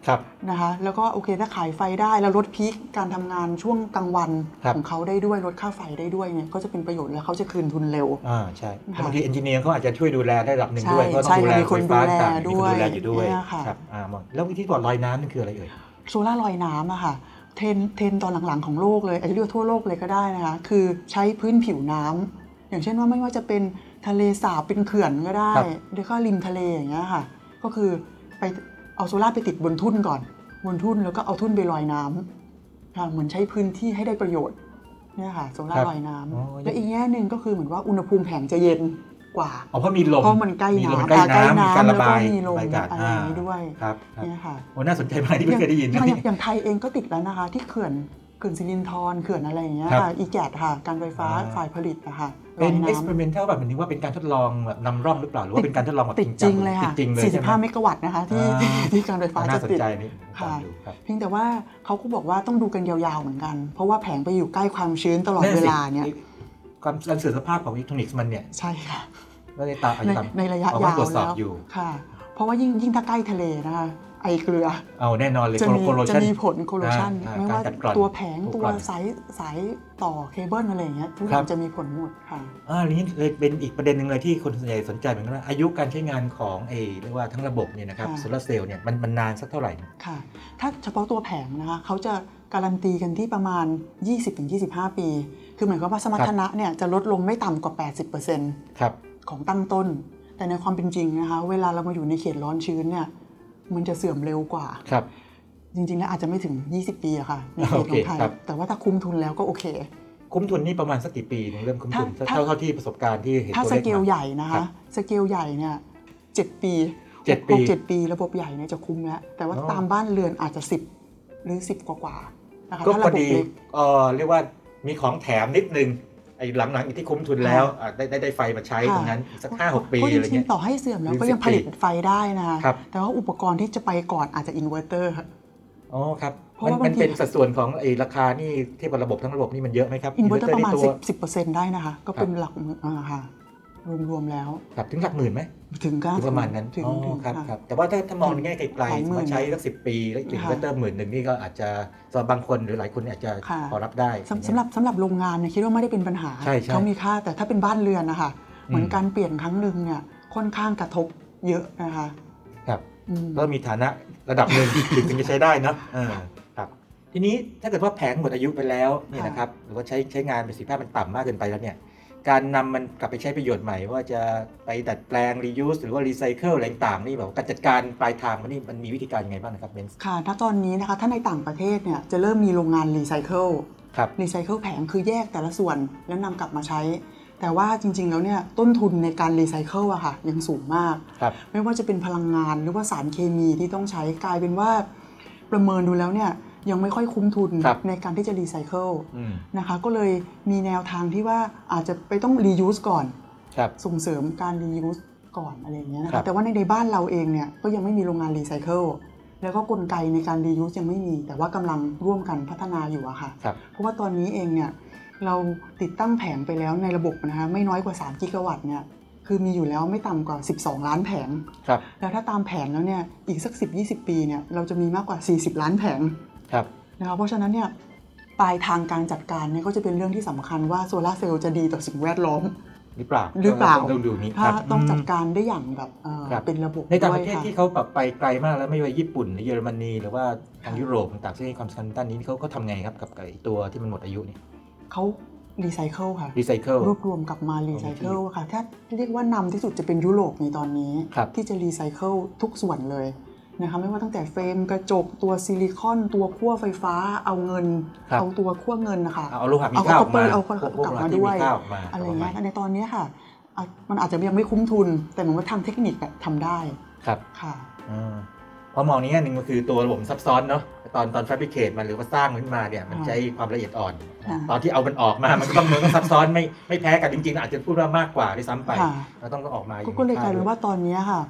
Speaker 2: ครับ
Speaker 3: นะคะแล้วก็โอเคถ้าขายไฟได้แล้วลดพีคการทำงานช่วงกลางวัน
Speaker 2: ครับ
Speaker 3: ของเขาได้ด้วยลดค่าไฟได้ด้วยเนี่ยก็จะเป็นประโยชน์แล้วเขาจะคืนทุนเร็ว
Speaker 2: อ่าใช่แต่
Speaker 3: ค่ะ
Speaker 2: บางทีเอนจิเนียร์เขาอาจจะช่วยดูแลได้ระดับหนึ่ง
Speaker 3: ใช่
Speaker 2: ด้วยเพราะต้
Speaker 3: ใช่
Speaker 2: องดูแล
Speaker 3: มีคน
Speaker 2: ไฟฟ้า
Speaker 3: ดูแล
Speaker 2: ต่างๆมีคนดูแลอยู่ด้วย
Speaker 3: ด้วยเนี่ยค่ะ
Speaker 2: ครับอ่ามองแล้วที่บอกลอยน้ำนั่นคืออะไรเอ่ย
Speaker 3: โซล่าร์ลอยน้ำอะค่ะเทรนด์เทรนด์ตอนหลังๆของโลกเลยอาจจะเรียกว่าทั่วโลกเลยก็ได้นะคะ คือใช้พื้นผิวน้ำอย่างเช่นว่าไม่ว่าจะเป็นทะเลสาบเป็นเขื่อนก็ได้
Speaker 2: ครับ
Speaker 3: หรือก็ริมทะเลอย่างเงี้ยค่ะ ก็คือไปเอาโซล่าร์ไปติดบนทุ่นก่อน บนทุ่นแล้วก็เอาทุ่นไปลอยน้ำค่ะเหมือนใช้พื้นที่ให้ได้ประโยชน์เนี่ยค่ะโซล่าร์ลอยน้ำ
Speaker 2: อ๋อ
Speaker 3: และอีกแง่หนึ่งก็คือเหมือนว่าอุณหภูมิแผงจะเย็นกว่า
Speaker 2: อ๋อเพราะมีลม
Speaker 3: เพราะมันใกล้
Speaker 2: มีล
Speaker 3: น้ำ
Speaker 2: มใกล้
Speaker 3: อ่าใกล้
Speaker 2: น้ำมี
Speaker 3: น้ำ
Speaker 2: การระบาย
Speaker 3: แล้วก็มีลม
Speaker 2: บายอากาศ
Speaker 3: อะไร
Speaker 2: อ่า
Speaker 3: อย่างนี้ด้วย
Speaker 2: ครับครับ
Speaker 3: เนี่ยค่ะ
Speaker 2: โอ้น่าสนใจมากที่ไม่เคยได้ยินนะ
Speaker 3: อางอย่างอย่างไทยเองก็ติดแล้วนะคะ ที่เขื่อนเขื่อนสิรินธรเขื่อนอะไรอย่างเงี้ย
Speaker 2: ครับ
Speaker 3: ค่ะอีแกดค่ะ การไฟฟ้า
Speaker 2: อ่า
Speaker 3: ฝ่ายผลิตนะคะ
Speaker 2: เป็น
Speaker 3: ลอย
Speaker 2: experimental แบบหมายถึงว่าเป็นการทดลองแบบนำร่องหรือเปล่าหรือว่าเป็นการทดลองแบบ
Speaker 3: ติดจริงเลย
Speaker 2: ติ
Speaker 3: ค่ะ
Speaker 2: ดจริงเลยใช่ไหม
Speaker 3: 45เมกะวัตต์นะคะที่ที่
Speaker 2: อ่า
Speaker 3: ที่การไฟฟ้า
Speaker 2: น่า
Speaker 3: จะ
Speaker 2: สน
Speaker 3: ติด
Speaker 2: ใจนี่ตามดูครับ
Speaker 3: เพียงแต่ว่าเขาก็บอกว่าต้องดูกันยาวๆเหมือนกัน เพราะว่าแผงไปอยู่ใกล้ความชื้นตลอดเวลาเนี่ย
Speaker 2: สิความการเสื่อมสภาพของอิเล็กทรอนิกส์มันเนี่ย
Speaker 3: ใช่ค่ะ
Speaker 2: ก็ได้ตามอาจ
Speaker 3: ใน
Speaker 2: จะตาม
Speaker 3: ในระยะ
Speaker 2: เอาไว้
Speaker 3: ยาว
Speaker 2: ตรวจสอบ
Speaker 3: แล้ว
Speaker 2: อยู่
Speaker 3: ค่ะ เพราะว่ายิ่งยิ่งถ้าใกล้ทะเลนะคะไอเกลือ
Speaker 2: เอาแน่นอนเลย
Speaker 3: จะ
Speaker 2: โค
Speaker 3: มี
Speaker 2: โล
Speaker 3: จะ
Speaker 2: ชั่น
Speaker 3: มีผลโคโลชัน
Speaker 2: อ่าการ
Speaker 3: ไม่ว่า
Speaker 2: กัดกร่อน
Speaker 3: ตัวแผง
Speaker 2: ถูก
Speaker 3: ตัว
Speaker 2: กร่อน
Speaker 3: สายสายต่อเคเบิลอะไรอย่างเงี้ยทุกอ
Speaker 2: ครั
Speaker 3: ย่า
Speaker 2: บ
Speaker 3: งจะมีผลหมดค่ะ
Speaker 2: อ่าอันนี้เลยเป็นอีกประเด็นหนึ่งเลยที่คนส่วนใหญ่สนใจเหมือนกันว่าอายุการใช้งานของเอเรียกว่าทั้งระบบเนี่ยนะครับ
Speaker 3: ค่ะ
Speaker 2: โซลาร์เซลล์เนี่ยมันมันนานสักเท่าไหร่
Speaker 3: ค่ะ ถ้าเฉพาะตัวแผงนะคะเขาจะการันตีกันที่ประมาณ 20-25 ปี คือหมายความว่าสมรรถนะเนี่ยจะลดลงไม่ต่ำกว่า 80%
Speaker 2: ครับ
Speaker 3: ของตั้งต้น แต่ในความเป็นจริงนะคะ เวลาเรามาอยู่ในเขตร้อนชื้นเนี่ยมันจะเสื่อมเร็วกว่า
Speaker 2: ครับ
Speaker 3: จริงๆแล้วอาจจะไม่ถึง 20 ปีอะค่ะในเขตข
Speaker 2: โอ
Speaker 3: อง
Speaker 2: เค
Speaker 3: ไทย
Speaker 2: ครับ
Speaker 3: แต่ว่าถ้าคุ้มทุนแล้วก็โอเค
Speaker 2: คุ้มทุนนี่ประมาณสักกี่ปีถึงเริ่มคุ้มทุน
Speaker 3: ถ้าถ้า
Speaker 2: เท่าเท่าที่ประสบการณ์ที่เห็น
Speaker 3: ถ้า
Speaker 2: ตัว
Speaker 3: ส
Speaker 2: เลข
Speaker 3: เกล
Speaker 2: มา
Speaker 3: ใหญ่นะ
Speaker 2: ครั
Speaker 3: คะ
Speaker 2: บ
Speaker 3: สเกลใหญ่เนี่ยเจ็ดปี
Speaker 2: เจ็ดปี
Speaker 3: หกเจ็ดปีระบบใหญ่เนี่ยจะคุ้มแล้ว แต่ว่า
Speaker 2: อ๋อ
Speaker 3: ตามบ้านเรือนอาจจะ 10 หรือ 10 กว่ากว่าๆนะคะ
Speaker 2: ก็
Speaker 3: ถ้า
Speaker 2: พอ
Speaker 3: ระบบ
Speaker 2: ดี
Speaker 3: เล็ก
Speaker 2: เอ่อเรียกว่ามีของแถมนิดนึงไอ้หลังๆอีกที่คุ้มทุนแล้วอ่ะได้ได้ได้ไฟมาใช้
Speaker 3: ค่ะ
Speaker 2: ตรงนั้นอีกสักห้าหกปี
Speaker 3: ก็จ
Speaker 2: อะไร
Speaker 3: ริง
Speaker 2: เงี้ย
Speaker 3: ๆต่อให้เสื่อมแล้ว
Speaker 2: หรือ
Speaker 3: ก็ยัง
Speaker 2: 10
Speaker 3: ผลิตไฟได้นะคะ
Speaker 2: ครับ
Speaker 3: แต่ว่าอุปกรณ์ที่จะไปก่อนอาจจะอินเวอร์เตอร์
Speaker 2: อ๋อครับ
Speaker 3: เพราะ
Speaker 2: มัน
Speaker 3: ว่าบาง
Speaker 2: มัน
Speaker 3: ที
Speaker 2: เป็นสัดส่วนของไอ้ราคานี่เทียบกับระบบทั้งระบบนี่มันเยอะไหมครับ
Speaker 3: อินเวอร์เตอร์
Speaker 2: inverter
Speaker 3: ประมาณ
Speaker 2: นี่ตัว
Speaker 3: 10 10%ได้นะคะ ก็เป็นหลักหมื่นอ่าค่ะรวมๆแล้ว
Speaker 2: ครับถึงหลักหมื่นไหม
Speaker 3: ถึงก็
Speaker 2: ถึงประมาณนั้น
Speaker 3: ถึง
Speaker 2: อ๋อ
Speaker 3: ถึง
Speaker 2: ครับ
Speaker 3: ค่ะ
Speaker 2: ครับแต่ว่าถ้าถ้ามองในแง่ไกล
Speaker 3: หลายหมื่
Speaker 2: ๆ
Speaker 3: น
Speaker 2: มาใช้สักสิปีแล้วถึง
Speaker 3: ค่ะ
Speaker 2: ก็เติมหมื่นหนึ่งนี่ก็อาจจะสำหรับบางคนหรือหลายคนอาจจะ
Speaker 3: ค่ะ
Speaker 2: พอรับได้
Speaker 3: สำสำหรับสำหรับโรงงานเนี่ยคิดว่าไม่ได้เป็นปัญหา
Speaker 2: ใช่ใช่
Speaker 3: เขามีค่าแต่ถ้าเป็นบ้านเรือนนะคะเหมือน
Speaker 2: อืม
Speaker 3: การเปลี่ยนครั้งหนึ่งเนี่ยค่อนข้างกระทบเยอะนะคะ
Speaker 2: ครับ
Speaker 3: อืม
Speaker 2: ก็มีฐานะระดับหนึ่ง *laughs* ถึงจะใช้ได้เนอะเออครับ ทีนี้ถ้าเกิดว่าแผงหมดอายุไปแล้วเนี่ย
Speaker 3: ค่ะ
Speaker 2: นะครับหรือว่าใช้ใช้งานประสิทธิภาพมันต่ำมากเกินไปแล้วเนี่ย การนำมันกลับไปใช้ประโยชน์ใหม่ ว่าจะไปดัดแปลง reuse หรือว่า recycle อะไรต่างๆนี่แบบว่าการจัดการปลายทางมันนี่มันมีวิธีการยังไงบ้างนะครับเบนซ์
Speaker 3: ค่ะณตอนนี้นะคะถ้าในต่างประเทศเนี่ยจะเริ่มมีโรงงานรีไซเคิล
Speaker 2: ครับ
Speaker 3: รีไซเคิลแผงคือแยกแต่ละส่วนแล้วนำกลับมาใช้ แต่ว่าจริง ๆ แล้วเนี่ยต้นทุนในการรีไซเคิลอะค่ะยังสูงมาก
Speaker 2: ครับ
Speaker 3: ไม่ว่าจะเป็นพลังงานหรือว่าสารเคมีที่ต้องใช้กลายเป็นว่าประเมินดูแล้วเนี่ยยังไม่ค่อยคุ้มทุน
Speaker 2: ครับ
Speaker 3: ในการที่จะรีไซเคิล
Speaker 2: อืม
Speaker 3: นะคะก็เลยมีแนวทางที่ว่าอาจจะไปต้องรียูสก่อน
Speaker 2: ครับ
Speaker 3: ส่งเสริมการรียูสก่อนอะไรอย่างเงี้ยนะ
Speaker 2: ครั
Speaker 3: คะ
Speaker 2: บ
Speaker 3: แต่ว่าในในบ้านเราเองเนี่ยก็ยังไม่มีโรงงานรีไซเคิลแล้วก็กลไกในการรียูสยังไม่มี แต่ว่ากำลังร่วมกันพัฒนาอยู่อะค่ะ
Speaker 2: ครับ
Speaker 3: เพราะว่าตอนนี้เองเนี่ยเราติดตั้งแผงไปแล้วในระบบนะคะไม่น้อยกว่า 3 กิกะวัตต์เนี่ยคือมีอยู่แล้วไม่ต่ำกว่า 12 ล้านแผง
Speaker 2: ครับ
Speaker 3: แล้วถ้าตามแผนแล้วเนี่ยอีกสัก 10-20 ปีเนี่ยเราจะมีมากกว่า 40 ล้านแผง
Speaker 2: ครับ
Speaker 3: นะคะเพราะฉะนั้นเนี่ยปลายทางการจัดการเนี่ยก็จะเป็นเรื่องที่สำคัญว่าโซลาร์เซลล์จะดีต่อสิ่งแวดล้อม
Speaker 2: หรือเปล่า
Speaker 3: หรือเปล่า
Speaker 2: ต้งต้องดูนี้ค
Speaker 3: ถ้า
Speaker 2: รับ
Speaker 3: ต้องจัด
Speaker 2: ม
Speaker 3: การได้อย่างแบบเอ่อ
Speaker 2: ครับ
Speaker 3: เป็นระบบ
Speaker 2: ในต่างป
Speaker 3: ด้ว
Speaker 2: ระ
Speaker 3: ย
Speaker 2: เทศ
Speaker 3: ค่
Speaker 2: ที่เขาปรับไปไกลมากแล้วไม่ว่าญี่ปุ่นหรือเยอรมนีหรือว่าทางยุโรปต่างๆซึ่งให้ความสำคัญด้านนี้เขาเขาทำไงครับกับไอ้ตัวที่มันหมดอายุเนี่ย
Speaker 3: เขารีไซเคิลค่ะ
Speaker 2: รีไซเคิล
Speaker 3: รวบรวมกลับมารีไซเคิลค่ะ ถ้าเรียกว่านำที่สุดจะเป็นยุโรปในตอนนี้
Speaker 2: ครับ
Speaker 3: ที่จะรีไซเคิลทุกส่วนเลยนะคะไม่ว่าตั้งแต่เฟรมกระจกตัวซิลิคอน ตัวขั้วไฟฟ้าเอาเงิน
Speaker 2: ครับ
Speaker 3: เอาตัวขั้วเงินนะคะ
Speaker 2: เอาโลหะมี
Speaker 3: เอา
Speaker 2: ค่าออกมา
Speaker 3: เอาคนเอาคน
Speaker 2: พว
Speaker 3: กลับมา
Speaker 2: โหะที่
Speaker 3: ด้วย
Speaker 2: ค่าออกมา
Speaker 3: อะไร
Speaker 2: ประมา
Speaker 3: เงี้
Speaker 2: ณ
Speaker 3: ยแต่ในตอนนี้ค่ะอ่ะ มันอาจจะยังไม่คุ้มทุน แต่หนูว่าทางเทคนิคอะทำได้
Speaker 2: ครับ
Speaker 3: ค่ะ
Speaker 2: อืมเพราะมองในแง่หนึ่งมันคือตัวระบบซับซ้อนเนาะตอนตอนแฟบริเคตมันหรือว่าสร้างขึ้นมาเนี่ยมัน
Speaker 3: อ่า
Speaker 2: ใช้ความละเอียดอ่อน
Speaker 3: อ่า
Speaker 2: ตอนที่เอามันออกมามันก็ต้องมันก็ซับซ้อนไม่ไม่แพ้กันจริงๆ อาจจะพูดว่ามากกว่าด้วยซ้ำไป
Speaker 3: ค่ะ
Speaker 2: เราต้องออกมาอาง
Speaker 3: ก็
Speaker 2: มี
Speaker 3: ก็เลยก
Speaker 2: ค่
Speaker 3: ลายเป็นว่าตอนนี้ค่ะ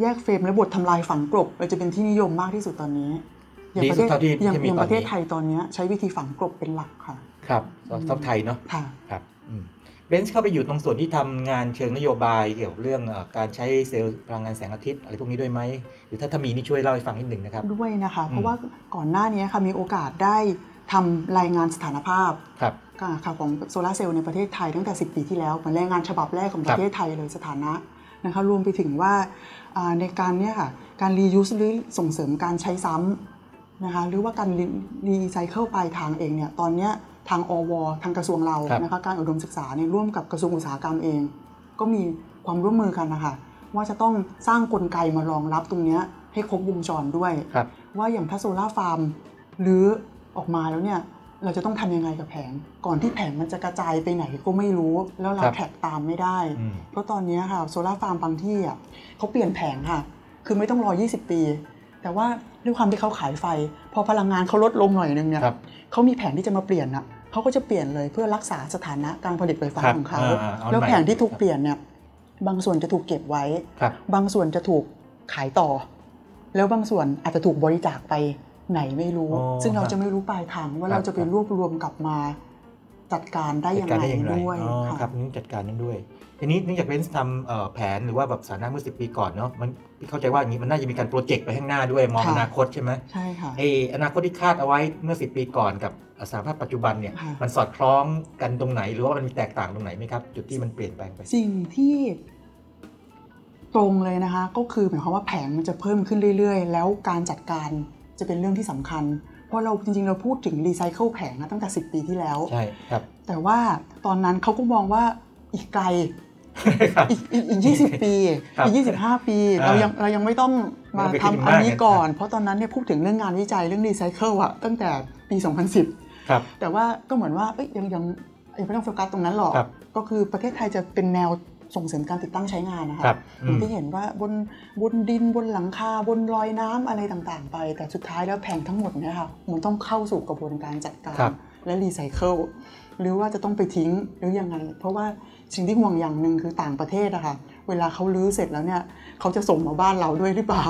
Speaker 3: แยกเฟรมและบททำลายฝังกลบเลยจะเป็นที่นิยมมากที่สุดตอนนี้อย่าง
Speaker 2: ดี
Speaker 3: ประ
Speaker 2: สุด
Speaker 3: เทศ
Speaker 2: เท่าที่
Speaker 3: อย่าง
Speaker 2: ที่
Speaker 3: อ
Speaker 2: มี
Speaker 3: ย่าง
Speaker 2: ต
Speaker 3: ป
Speaker 2: อน
Speaker 3: ระเทศ
Speaker 2: นี้
Speaker 3: ไทยตอนนี้ใช้วิธีฝังกลบเป็นหลักค่ะ
Speaker 2: ครับซับไทยเนาะ
Speaker 3: ค่ะ
Speaker 2: ครับอืมเบนซ์เข้าไปอยู่ตรงส่วนที่ทำงานเชิงนโยบายเกี่ยวกับเรื่องเออการใช้เซลล์พลังงานแสงอาทิตย์อะไรพวกนี้ด้วยไหม หรือถ้าถ้ามีนี่ช่วยเล่าให้ฟังนิดหนึ่งนะครับ
Speaker 3: ด้วยนะคะ
Speaker 2: อืม
Speaker 3: เพราะว่าก่อนหน้านี้ค่ะมีโอกาสได้ทำรายงานสถานภาพ
Speaker 2: ครับ
Speaker 3: ค่ะค่ะของโซลาร์เซลล์ในประเทศไทยตั้งแต่ 10 ปีที่แล้วเหมือนรายงานฉบับแรกของ
Speaker 2: ครั
Speaker 3: ป
Speaker 2: บ
Speaker 3: ระเทศไทยเลยสถานะนะคะรวมไปถึงว่าอ่าในการเนี่ยค่ะการ reuse หรือส่งเสริมการใช้ซ้ำนะคะหรือว่าการ re- recycle ปลายทางเองเนี่ยตอนเนี้ยทางอว ทางกระทรวงเรานะคะการอุดมศึกษาเนี่ยร่วมกับกระทรวงอุตสาหกรรมเอง ก็มีความร่วมมือกันนะคะว่าจะต้องสร้างกลไกมารองรับตรงเนี้ยให้ครบวงจรด้วย
Speaker 2: ครับ
Speaker 3: ว่าอย่างถ้าโซลาร์ฟาร์มหรือออกมาแล้วเนี่ย เราจะต้องทำยังไงกับแผง ก่อนที่แผงมันจะกระจายไปไหนก็ไม่รู้ แล้วเรา
Speaker 2: ครับ
Speaker 3: แท็กตามไม่ได้
Speaker 2: อืม
Speaker 3: เพราะตอนเนี้ยค่ะโซลาร์ฟาร์มบางที่อ่ะเขาเปลี่ยนแผงค่ะ คือไม่ต้องรอ 20 ปี แต่ว่าด้วยความที่เขาขายไฟ พอพลังงานเขาลดลงหน่อยนึงเนี่ย
Speaker 2: ครับ
Speaker 3: เขามีแผนที่จะมาเปลี่ยนอ่ะเขาก็จะเปลี่ยนเลยเพื่อรักษาสถานะการผลิตไฟฟ้า
Speaker 2: ครับ
Speaker 3: ของเขา
Speaker 2: อ่าๆเอา
Speaker 3: แล้ว
Speaker 2: ใหม่
Speaker 3: แผงที่ถูกเปลี่ยนเนี่ยบางส่วนจะถูกเก็บไว้
Speaker 2: ครับ
Speaker 3: บางส่วนจะถูกขายต่อ แล้วบางส่วนอาจจะถูกบริจาคไปไหนไม่รู้
Speaker 2: อ๋อ
Speaker 3: ซึ่งเราจะไม่รู้ปลายทางว่า
Speaker 2: ครับ
Speaker 3: เราจะไปรวบรวมกลับมาจัดการได้
Speaker 2: จั
Speaker 3: ยั
Speaker 2: ด
Speaker 3: ง
Speaker 2: การ
Speaker 3: ไง
Speaker 2: ได้อย่างไร
Speaker 3: ด้วย
Speaker 2: อ๋อครั
Speaker 3: ค่ะ
Speaker 2: บนี่จัดการนั้นด้วย ทีนี้เนื่องจากเบนซ์ทำเอ่อแผนหรือว่าแบบสถานะเมื่อสิปีก่อนเนาะ มันพี่เข้าใจว่าอย่างนี้มันน่าจะมีการโปรเจกต์ไปข้างหน้าด้วยมอง
Speaker 3: ค่ะ
Speaker 2: อนาคตใช่ไหม
Speaker 3: ใช่ค่ะ
Speaker 2: ไออนาคตที่คาดเอาไว้เมื่อสิปีก่อนกับสภาพปัจจุบันเนี่ย
Speaker 3: ค่ะ
Speaker 2: มันสอดคล้องกันตรงไหนหรือว่ามันมีแตกต่างตรงไหนไหมครับ จุดที่มันเปลี่ยนแปลงไป
Speaker 3: สิ่งที่ตรงเลยนะคะ ก็คือหมายความว่าแผงมันจะเพิ่มขึ้นเรื่อยๆ แล้วการจัดการจะเป็นเรื่องที่สำคัญ เพราะเราจริงๆ เราพูดถึงรีไซเคิลแผงนะตั้งแต่ 10 ปีที่แล้ว
Speaker 2: ใช่ครับ
Speaker 3: แต่ว่าตอนนั้นเขาก็มองว่าอีกไกล
Speaker 2: ครับ
Speaker 3: อีกอีกอีกยี่สิบปี
Speaker 2: ครับ
Speaker 3: อีกยี่สิบห้าปี
Speaker 2: อ่า
Speaker 3: เรายังเรายังไม่ต้องมา
Speaker 2: ไม่ต้
Speaker 3: ทำ
Speaker 2: องไปคิด
Speaker 3: อันนี้
Speaker 2: มาก
Speaker 3: ก่อน เพราะตอนนั้นเนี่ยพูดถึงเรื่องงานวิจัยเรื่องรีไซเคิลอะตั้งแต่ปี 2010
Speaker 2: ครับ
Speaker 3: แต่ว่าก็เหมือนว่าเอ้ยยังยังยังไม่ต้องโฟกัสตรงนั้นหรอก
Speaker 2: ครับ
Speaker 3: ก็คือประเทศไทยจะเป็นแนวส่งเสริมการติดตั้งใช้งานนะคะ
Speaker 2: ครับ
Speaker 3: เหมือน
Speaker 2: อืม
Speaker 3: ที่เห็นว่าบนบนดินบนหลังคาบนรอยน้ำอะไรต่างๆ ไป แต่สุดท้ายแล้วแผงทั้งหมดเนี่ยค่ะมันต้องเข้าสู่กระบวนการจัดการ
Speaker 2: ครับ
Speaker 3: และรีไซเคิลหรือว่าจะต้องไปทิ้งหรือยังไง เพราะว่าสิ่งที่ห่วงอย่างหนึ่งคือต่างประเทศอะค่ะเวลาเขาลื้อเสร็จแล้วเนี่ยเขาจะส่งมาบ้านเราด้วยหรือเปล่า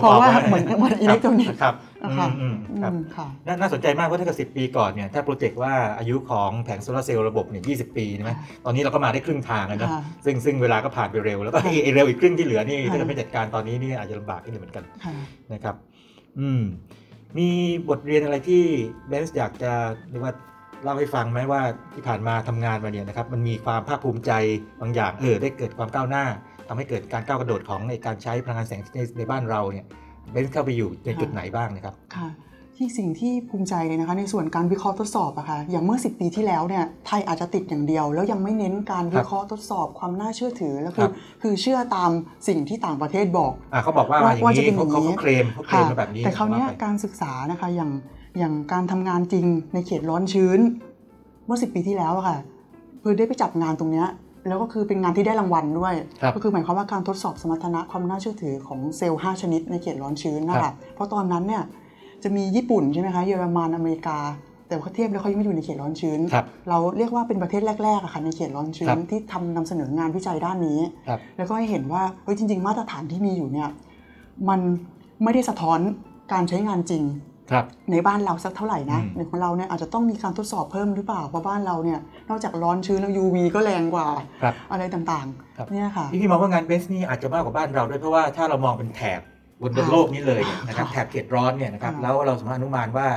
Speaker 3: เพราะว่าเหมือนเหมือนอิเล็กทรอนิกส์
Speaker 2: ครับ
Speaker 3: นะคะ
Speaker 2: อืมอืมครับ
Speaker 3: อืมค่ะ
Speaker 2: น่าน่าสนใจมากเพราะถ้าเกิดสิปีก่อนเนี่ยถ้าโปรเจกต์ว่าอายุของแผงโซลาร์เซลล์ระบบเนี่ยยีปีใช่ไหม
Speaker 3: ค่ะ
Speaker 2: ตอนนี้เราก็มาได้ครึ่งทางแล้วนะ
Speaker 3: ค่ะ
Speaker 2: ซึ่งซึ่งเวลาก็ผ่านไปเร็ว แล้วก็ไอ้ไอ้เร็วอีกครึ่งที่เหลือนี่
Speaker 3: ค่ะ
Speaker 2: ถ้าเกิดไม่จัดการตอนนี้นี่อาจจะลำบากนิดหนึงเหมือนกัน
Speaker 3: ค่ะ
Speaker 2: นะครับ อืมมีบทเรียนอะไรที่เบนซ์อยากจะเรียกว่าเล่าให้ฟังไหมว่าที่ผ่านมาทำงานมาเนี่ยนะครับมันมีความภาคภูมิใจบางอย่างเออได้เกิดความก้าวหน้าทำให้เกิดการก้าวกระโดดของในการใช้พลังงานแสงในในบ้านเราเนี่ยเบนซ์เข้าไปอยู่ในจุดไหนบ้างนะครับ
Speaker 3: ค่ะจ ที่สิ่งที่ภูมิใจเลยนะคะ ในส่วนการวิเคราะห์ทดสอบอะค่ะอย่างเมื่อ 10 ปีที่แล้วเนี่ยไทยอาจจะติดอย่างเดียว แล้วยังไม่เน้นการวิเคราะห์ทดสอบความน่าเชื่อถือแล้วคื
Speaker 2: ครั
Speaker 3: อบ คือเชื่อตามสิ่งที่ต่างประเทศบอก
Speaker 2: อ่ะเขาบอกว่ามาอย่าง
Speaker 3: ว่าจะ
Speaker 2: นี้
Speaker 3: เป็นอ
Speaker 2: เขา
Speaker 3: ย่างนี้
Speaker 2: เขาเคลมเขาเคลมมาแบบนี้
Speaker 3: แต่คราวเนี้ย
Speaker 2: ผมไป
Speaker 3: การศึกษานะคะอย่างอย่างการทำงานจริงในเขตร้อนชื้น เมื่อสิปีที่แล้วอะค่ะคือได้ไปจับงานตรงเนี้ยแล้วก็คือเป็นงานที่ได้รางวัลด้วย
Speaker 2: ครับ
Speaker 3: ก็คือหมายความว่าการทดสอบสมรรถนะความน่าเชื่อถือของเซลล์ 5 ชนิดในเขตร้อนชื้นนะคะเพราะตอนนั้นเนี่ยจะมีญี่ปุ่นใช่ไหมคะเยอรมันอเมริกา แต่เขาเทียบแล้วเขายังไม่อยู่ในเขตร้อนชื้น
Speaker 2: ครับ
Speaker 3: เราเรียกว่าเป็นประเทศแรกๆอะค่ะในเขตร้อนชื้
Speaker 2: ครั
Speaker 3: น
Speaker 2: บ
Speaker 3: ที่ทำนำเสนองานวิจัยด้านนี้
Speaker 2: ครับ
Speaker 3: แล้วก็ให้เห็นว่าเฮ้ยจริง ๆ มาตรฐานที่มีอยู่เนี่ยมันไม่ได้สะท้อนการใช้งานจริง
Speaker 2: ครับ
Speaker 3: ในบ้านเราสักเท่าไหร่นะ
Speaker 2: อืม
Speaker 3: ในของเราเนี่ยอาจจะต้องมีการทดสอบเพิ่มหรือเปล่าเพราะบ้านเราเนี่ยนอกจากร้อนชื้นแล้ว UV ก็แรงกว่า
Speaker 2: ครับ
Speaker 3: อะไรต่าง
Speaker 2: ครับ
Speaker 3: ๆเนี่ยค่ะ
Speaker 2: พี่พี่มองว่างานเบสนี่อาจจะมากกว่าบ้านเราด้วยเพราะว่าถ้าเรามองเป็นแถบบนบนโลกนี้เลยเนี่ยนะครับ
Speaker 3: ค่ะ
Speaker 2: แถบเขตร้อนเนี่ยนะครับ
Speaker 3: ค่ะ
Speaker 2: แล้วเราสามารถอนุมานว่า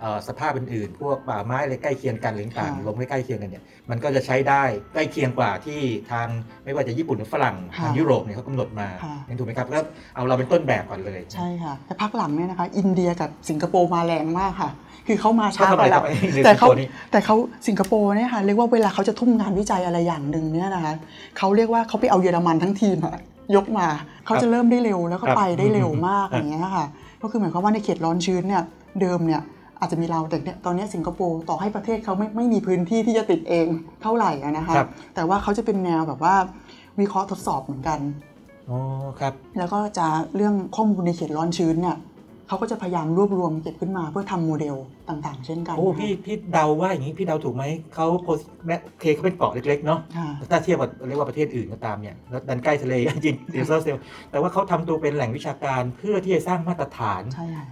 Speaker 2: เอ่อสภาพอื่นๆพวกป่าไม้อะไรใกล้เคียงกันหรือต่าง
Speaker 3: ค่ะ
Speaker 2: ลมไม่ใกล้เคียงกันเนี่ยมันก็จะใช้ได้ใกล้เคียงกว่าที่ทางไม่ว่าจะญี่ปุ่นหรือฝรั่ง
Speaker 3: ค่ะ
Speaker 2: ทางยุโรปเนี่ยเขากำหนดมา
Speaker 3: ค่ะ
Speaker 2: ถูกไหมครับแล้วเอาเราเป็นต้นแบบก่อนเลย
Speaker 3: ใช่ค่ะแต่พักหลังเนี่ยนะคะอินเดียกับสิงคโปร์มาแรงมากค่ะ คือเขามา
Speaker 2: ก็
Speaker 3: ช้า
Speaker 2: ทำ
Speaker 3: ก
Speaker 2: อะไรครั
Speaker 3: ว่าเรา
Speaker 2: บไอ้ใน
Speaker 3: แต่เขา
Speaker 2: ตัวนี้
Speaker 3: แต่เขาสิงคโปร์เนี่ยค่ะเรียกว่าเวลาเขาจะทุ่มงานวิจัยอะไรอย่างหนึ่งเนี่ยนะคะเขาเรียกว่าเขาไปเอาเยอรมันทั้งทีมอะยกมาเขาจะเริ่มได้เร็วแล้วก็
Speaker 2: ครับ
Speaker 3: ไปได้เร็วมาก
Speaker 2: ครั
Speaker 3: อบ ย่างเงี้ยค่ะก็คือหมายความว่าในเขตร้อนชื้นเนี่ยเดิมเนี่ยอาจจะมีเราแต่เนี่ยตอนเนี้ยสิงคโปร์ต่อให้ประเทศเขาไม่ไม่มีพื้นที่ที่จะติดเองเท่าไหร่อะนะคะ
Speaker 2: ครับ
Speaker 3: แต่ว่าเขาจะเป็นแนวแบบว่าวิเคราะห์ทดสอบเหมือนกัน
Speaker 2: อ๋อครับ
Speaker 3: แล้วก็จะเรื่องข้อมูลในเขตร้อนชื้นเนี่ยเขาก็จะพยายามรวบรวมเก็บขึ้นมาเพื่อทำโมเดลต่าง ๆ เช่นกัน
Speaker 2: โอ้พี่พี่เดาว่าอย่างนี้พี่เดาถูกไหมเขาโพสแม้เคเขาเป็นเกาะเล็กๆเนาะ
Speaker 3: ค่ะ
Speaker 2: ถ้าเทียบกับเรียกว่าประเทศอื่นก็ตามเนี่ยแล้วดันใกล้ทะเล *laughs* จริงเซลเซลแต่ว่าเขาทำตัวเป็นแหล่งวิชาการเพื่อที่จะสร้างมาตรฐาน
Speaker 3: ใช่ค่ะ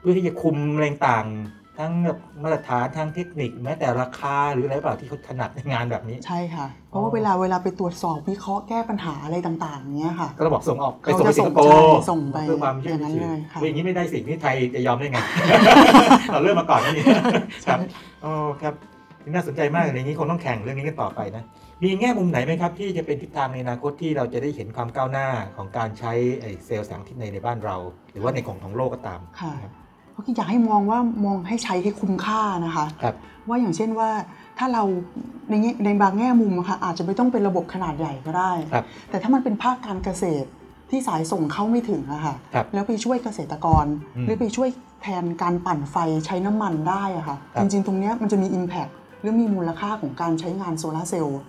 Speaker 2: เพื่อที่จะคุมแรงต่างๆทั้งแบบมาตรฐานทั้งเทคนิค แม้แต่ราคาหรืออะไรเปล่าที่เขาถนัดในงานแบบนี้
Speaker 3: ใช่ค่ะ เพ
Speaker 2: อ๋
Speaker 3: ราะ
Speaker 2: อ
Speaker 3: ว่าเวลาเวลาไปตรวจสอบวิเคราะห์แก้ปัญหาอะไรต่างๆเนี้ยค่ะ
Speaker 2: ก็ต้องบอกส่งออกไป
Speaker 3: เขา
Speaker 2: ส่งไปสิ
Speaker 3: จะ
Speaker 2: งคโปร์
Speaker 3: ส่งไป
Speaker 2: เพื่อความเชื่อ
Speaker 3: อย่างนั้น
Speaker 2: ถือ
Speaker 3: เลยค่ะ
Speaker 2: ว่าอย่างนี้ไม่ได้สิ่งที่ไทยจะยอม
Speaker 3: *laughs*
Speaker 2: ได้ไง เราเริ่มมาก่อนนะนี่ครับ อ๋อครับน่าสนใจมากเลยอย่างนี้คงต้องแข่งเรื่องนี้กันต่อไปนะ มีแง่มุมไหนไหมครับ ที่จะเป็นทิศทางในอนาคตที่เราจะได้เห็นความก้าวหน้าของการใช้ไอ้เซลล์แสงอาทิตย์ในในบ้านเรา หรือว่าในของของโลกก็ตาม
Speaker 3: ค่ะ เพราะอยากให้มองว่ามองให้ใช้ให้คุ้มค่านะคะ
Speaker 2: ครับ
Speaker 3: ว่าอย่างเช่นว่าถ้าเราในแง่ในบางแง่มุมอะค่ะอาจจะไม่ต้องเป็นระบบขนาดใหญ่ก็ได้
Speaker 2: ครับ
Speaker 3: แต่ถ้ามันเป็นภาคการเกษตรที่สายส่งเข้าไม่ถึงอะค่ะ
Speaker 2: ครับ
Speaker 3: แล้วไปช่วยเกษตรกร
Speaker 2: อืม
Speaker 3: หรือไปช่วยแทนการปั่นไฟใช้น้ำมันได้อะค่ะ
Speaker 2: ครับ
Speaker 3: จริงๆ ตรงเนี้ยมันจะมี Impact หรือมีมูลค่าของการใช้งานโซลาร์เซลล์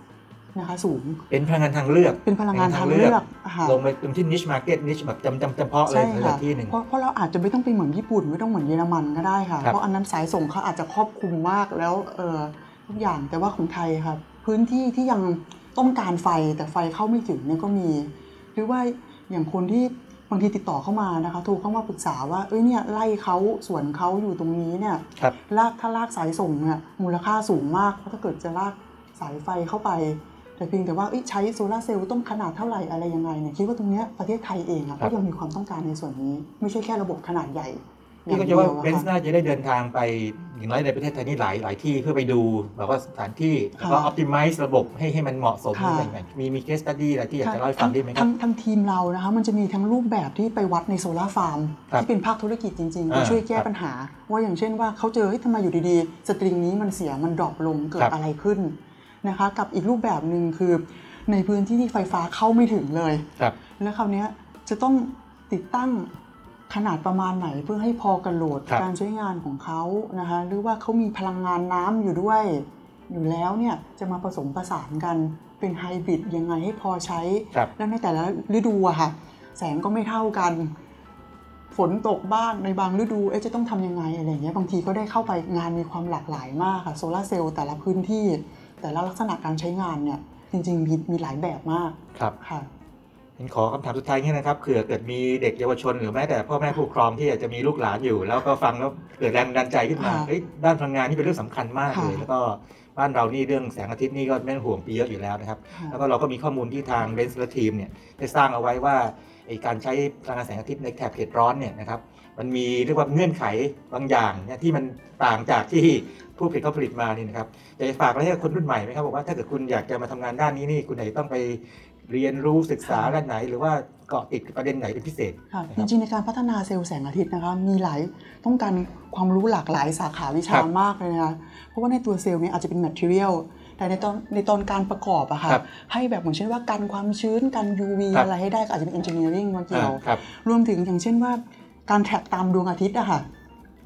Speaker 3: นะคะสูง
Speaker 2: เป็นพลังงานทางเลือก
Speaker 3: เป็นพลังงานทางเลือกอะค่ะ
Speaker 2: ลงไปตรงที่นิชมาร์เก็ตนิชแบบจำจำจำเพาะเล
Speaker 3: ใช่
Speaker 2: ยสถา
Speaker 3: ค่ะ
Speaker 2: นที่หนึ่ง
Speaker 3: เพราะเพราะเราอาจจะไม่ต้องไปเหมือนญี่ปุ่นไม่ต้องเหมือนเยอรมันก็ได้ค่ะ
Speaker 2: ครับ
Speaker 3: เพราะอันนั้นสายส่งเขาอาจจะครอบคลุมมากแล้วเออทุกอย่างแต่ว่าของไทยครับพื้นที่ที่ยังต้องการไฟแต่ไฟเข้าไม่ถึงเนี่ยก็มี หรือว่าอย่างคนที่บางทีติดต่อเข้ามานะคะโทรเข้ามาปรึกษาว่าเอ้ยเนี่ยไล่เขาสวนเขาอยู่ตรงนี้เนี่ย
Speaker 2: ครับ
Speaker 3: ลากถ้าลากสายส่งเนี่ยมูลค่าสูงมากเพราะถ้าเกิดจะลากสายไฟเข้าไป แต่เพียงแต่ว่าเอ้ยใช้โซลาร์เซลล์ต้องขนาดเท่าไหร่อะไรยังไงเนี่ยคิดว่าตรงเนี้ยประเทศไทยเองอะ
Speaker 2: ครั
Speaker 3: ก็
Speaker 2: บ
Speaker 3: ยังมีความต้องการในส่วนนี้ ไม่ใช่แค่ระบบขนาดใหญ่
Speaker 2: พี่ก็จะว่า
Speaker 3: อย่ง
Speaker 2: เบ
Speaker 3: ดีย
Speaker 2: น
Speaker 3: อ
Speaker 2: ซ์น่าจะได้เดินทางไปอย่างน้อยในประเทศไทยนี่หลายหลายที่เพื่อไปดูแบบว่าสถานที่แล้วก็ออพติมิซ์ระบบให้ให้มันเหมาะสมอะไรอย่างเงี้ยมีมีเคสตัดดี้อะไรที่อยากจะเล่าให้ฟังได้ไหมครับ
Speaker 3: ทั้งทั้งทีมเรานะคะมันจะมีทั้งรูปแบบที่ไปวัดในโซลาร์ฟาร์ม
Speaker 2: ครับ
Speaker 3: ที่เป็นภาคธุรกิจจริงๆ
Speaker 2: อ่า
Speaker 3: ไปช่วยแก้
Speaker 2: ครับ
Speaker 3: ปัญหา ว่าอย่างเช่นว่าเขาเจอเฮ้ยทำไมอยู่ดีๆ สตริงนี้มันเสียมันดรอปลงเกิ
Speaker 2: ครั
Speaker 3: ด
Speaker 2: บ
Speaker 3: อะไรขึ้นนะคะกับอีกรูปแบบหนึ่งคือในพื้นที่ที่ไฟฟ้าเข้าไม่ถึงเลย
Speaker 2: ครับ
Speaker 3: แล้วคราวเนี้ยจะต้องติดตั้งขนาดประมาณไหนเพื่อให้พอกันโหลด
Speaker 2: ครับ
Speaker 3: การใช้งานของเขานะคะหรือว่าเขามีพลังงานน้ำอยู่ด้วย อยู่แล้วเนี่ยจะมาผสมประสานกันเป็นไฮบริดยังไงให้พอใช้
Speaker 2: ครับ
Speaker 3: แล้วในแต่ละฤดูอะค่ะ แสงก็ไม่เท่ากัน ฝนตกบ้างในบางฤดูเอ๊ะจะต้องทำยังไงอะไรอย่างเงี้ยบางทีก็ได้เข้าไปงานมีความหลากหลายมากค่ะโซลาร์เซลล์แต่ละพื้นที่ แต่ละลักษณะการใช้งานเนี่ยจริงๆมีมีหลายแบบมาก
Speaker 2: ครับ
Speaker 3: ค่ะ
Speaker 2: ผมขอคำถามสุดท้ายนี่นะครับเผื่อเกิดมีเด็กเยาวชนหรือแม้แต่พ่อแม่ผู้ปกครองที่อาจจะมีลูกหลานอยู่ แล้วก็ฟังแล้วเกิดแรงดันดาลใจขึ้นมา
Speaker 3: ค่ะ
Speaker 2: เฮ้ยด้านพลังงานนี่เป็นเรื่องสำคัญมากเลย
Speaker 3: ค่ะ
Speaker 2: แล้วก็บ้านเรานี่เรื่องแสงอาทิตย์นี่ก็ไม่ต้องห่วงปีเยอะอยู่แล้วนะครับ
Speaker 3: ค่ะ
Speaker 2: แล้วก็เราก็มีข้อมูลที่ทางเบนซ์และทีมเนี่ยได้สร้างเอาไว้ว่าไอ้การใช้พลังงานแสงอาทิตย์ในแถบเขตร้อนเนี่ยนะครับมันมีเรียกว่าเงื่อนไขบางอย่างเนี่ยที่มันต่างจากที่ผู้ผลิตเขาผลิตมานี่นะครับอยากจะฝากอะไรให้กับคนรุ่นใหม่ไหมครับบอกว่าถ้าเกิดคุณอยากจะมาทำงานด้านนี้นี่คุณอาจจะต้องไป เรียนรู้ศึกษาด้านไหน หรือว่าเกาะติดประเด็นไหนเป็นพิเศษ
Speaker 3: ค่ะ
Speaker 2: นะ
Speaker 3: จ
Speaker 2: ครับ
Speaker 3: ริงๆในการพัฒนาเซลล์แสงอาทิตย์นะคะมีหลายต้องการความรู้หลากหลายสาขาวิชา
Speaker 2: ครับ
Speaker 3: มากเลยนะคะเพราะว่าในตัวเซลล์เนี่ยอาจจะเป็นแมทเทียลแต่ในตอนในตอนการประกอบอะค่ะ
Speaker 2: ครับ
Speaker 3: ให้แบบเหมือนเช่นว่ากันความชื้นกัน UV
Speaker 2: ครับ
Speaker 3: อะไรให้ได้ก็อาจจะเป็นเอนจิเนียริงมาเกี่ยว
Speaker 2: อ่าครับ
Speaker 3: รวมถึงอย่างเช่นว่าการแท็กตามดวงอาทิตย์อะค่ะ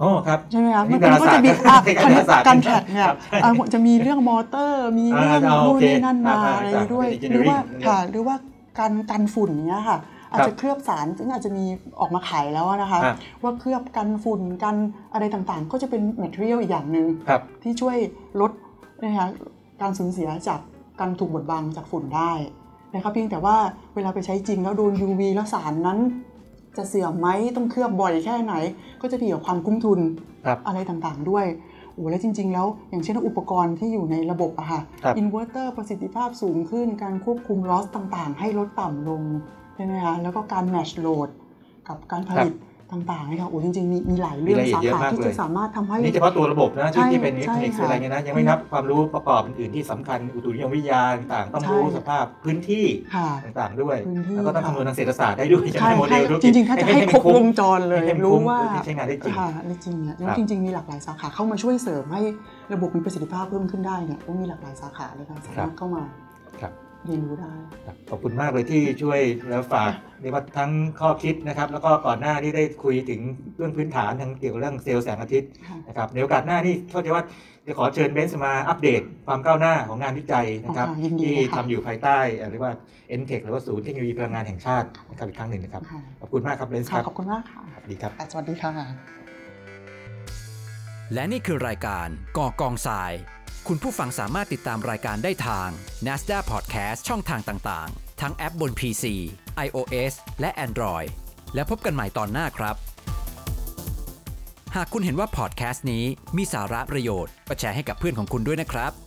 Speaker 2: อ๋อครับ
Speaker 3: ใช่ไหมคะ
Speaker 2: นี่
Speaker 3: มันก็จะมี
Speaker 2: ดาราศาสตร์ *laughs*
Speaker 3: อ่ะ
Speaker 2: ดาราศาสตร์
Speaker 3: การแท็กเนี่ย
Speaker 2: ครับ
Speaker 3: อ่ะจะมีเรื่องมอเตอร์ มีเรื่อง
Speaker 2: อ่าโอ
Speaker 3: นู่น
Speaker 2: เค
Speaker 3: นี่นั่นมา
Speaker 2: อ่า
Speaker 3: อะไรด้วย
Speaker 2: จาก
Speaker 3: หรือว่า
Speaker 2: engineering
Speaker 3: ค่ะหรือว่าการกันฝุ่นเนี้ยค่ะอาจ
Speaker 2: ครับ
Speaker 3: จะเคลือบสารซึ่งอาจจะมีออกมาขายแล้วนะคะ
Speaker 2: ครับ
Speaker 3: ว่าเคลือบกันฝุ่นกันอะไรต่างๆ ก็จะเป็นแมทเทียลอีกอย่างหนึ่ง
Speaker 2: ครับ
Speaker 3: ที่ช่วยลดนะคะการสูญเสียจากการถูกบดบังจากฝุ่นได้นะคะเพียงแต่ว่าเวลาไปใช้จริงแล้วโดน UV แล้วสารนั้น จะเสื่อมไหมต้องเคลือบบ่อยแค่ไหน ก็จะเกี่ยวกับความคุ้มทุน
Speaker 2: ครับ
Speaker 3: อะไรต่างๆด้วยโอ้แล้วจริง ๆ แล้ว อย่างเช่นอุปกรณ์ที่อยู่ในระบบอะค่ะ
Speaker 2: ครับ
Speaker 3: อินเวอร์เตอร์ประสิทธิภาพสูงขึ้นการควบคุมลอสต่างๆ ให้ลดต่ำลงใช่ไหมคะแล้วก็การแมชโหลดกับการผลิตต่างๆนะคะโอ้จริงๆ มีมีหลายเรื่อง
Speaker 2: มีรายละเอี
Speaker 3: สาย
Speaker 2: ดเย
Speaker 3: ขาม
Speaker 2: อะาก
Speaker 3: ที่
Speaker 2: เลย
Speaker 3: จะสามารถทำให้
Speaker 2: นี่เฉพาะตัวระบบนะที่
Speaker 3: ใช่
Speaker 2: ที่เป็นอิเล็กทรอนิกส์
Speaker 3: ใช่
Speaker 2: อะ
Speaker 3: ค่ะ
Speaker 2: ไรเงี้ยนะยังไม่นับความรู้ประกอบอื่นๆที่สำคัญอุตุนิยมวิทยาต่างๆต้องรู้
Speaker 3: ใช่
Speaker 2: สภาพพื้นที่
Speaker 3: ค่ะ
Speaker 2: ต่างๆด้วย
Speaker 3: พื้นที่
Speaker 2: แล้วก็ต้องคำนวณทางเศรษฐศาสตร์ได้ด้วยใช่ไห
Speaker 3: ใช่
Speaker 2: มโมเด
Speaker 3: ใช่
Speaker 2: ลธุร
Speaker 3: จ
Speaker 2: กิจ
Speaker 3: ริงๆ ถ้าจะให้ครบวงจรเลย
Speaker 2: ให้มัน
Speaker 3: รู้
Speaker 2: คุ้ม
Speaker 3: ว่า
Speaker 2: เพื่อที่ใช้งานได้จริง
Speaker 3: ค่ะในจริงเนี่ยแล้
Speaker 2: ค
Speaker 3: ว
Speaker 2: รับ
Speaker 3: จริง ๆ มีหลากหลายสาขาเข้ามาช่วยเสริมให้ระบบมีประสิทธิภาพเพิ่มขึ้นได้เนี่ยก็มีหลากหลายสาขาเลยค่ะสามารถเข้ามา
Speaker 2: ครับ
Speaker 3: เรียนรู้ได้
Speaker 2: ครับขอบคุณมากเลยที่ช่วยแล้วฝากเรียกว่าทั้งข้อคิดนะครับ แล้วก็ก่อนหน้านี้ได้คุยถึงเรื่องพื้นฐานทางเกี่ยวกับเรื่องเซลล์แสงอาทิตย์
Speaker 3: ค่ะ
Speaker 2: นะครับในโอกาสหน้านี่เข้าใจว่าจะขอเชิญเบนซ์มาอัปเดตความก้าวหน้าของงานวิจัยนะครับ
Speaker 3: อ๋อค่ะยินดี
Speaker 2: ที่
Speaker 3: เลยค่ะ
Speaker 2: ทำอยู่ภายใต้เอ่อเรียกว่า n t e c h หรือว่าศูนย์เทคโนโลยีพลังงานแห่งชาตินะครับอีกครั้งหนึ่งนะครับ
Speaker 3: ค่ะ
Speaker 2: ขอบคุณมากครับเบนซ์ค
Speaker 3: ค่ะ
Speaker 2: รับ
Speaker 3: ขอบคุณมากค่ะ
Speaker 2: สวัสดีครับ
Speaker 3: อ่ะสวัสดีค่ะ
Speaker 1: และนี่คือรายการก่อกองทราย คุณผู้ฟังสามารถติดตามรายการได้ทาง NASDAQ Podcast ช่องทางต่างๆ ทั้งแอปบน PC iOS และ Android และพบกันใหม่ตอนหน้าครับ หากคุณเห็นว่าพอดแคสต์นี้มีสาระประโยชน์ก็แชร์ให้กับเพื่อนของคุณด้วยนะครับ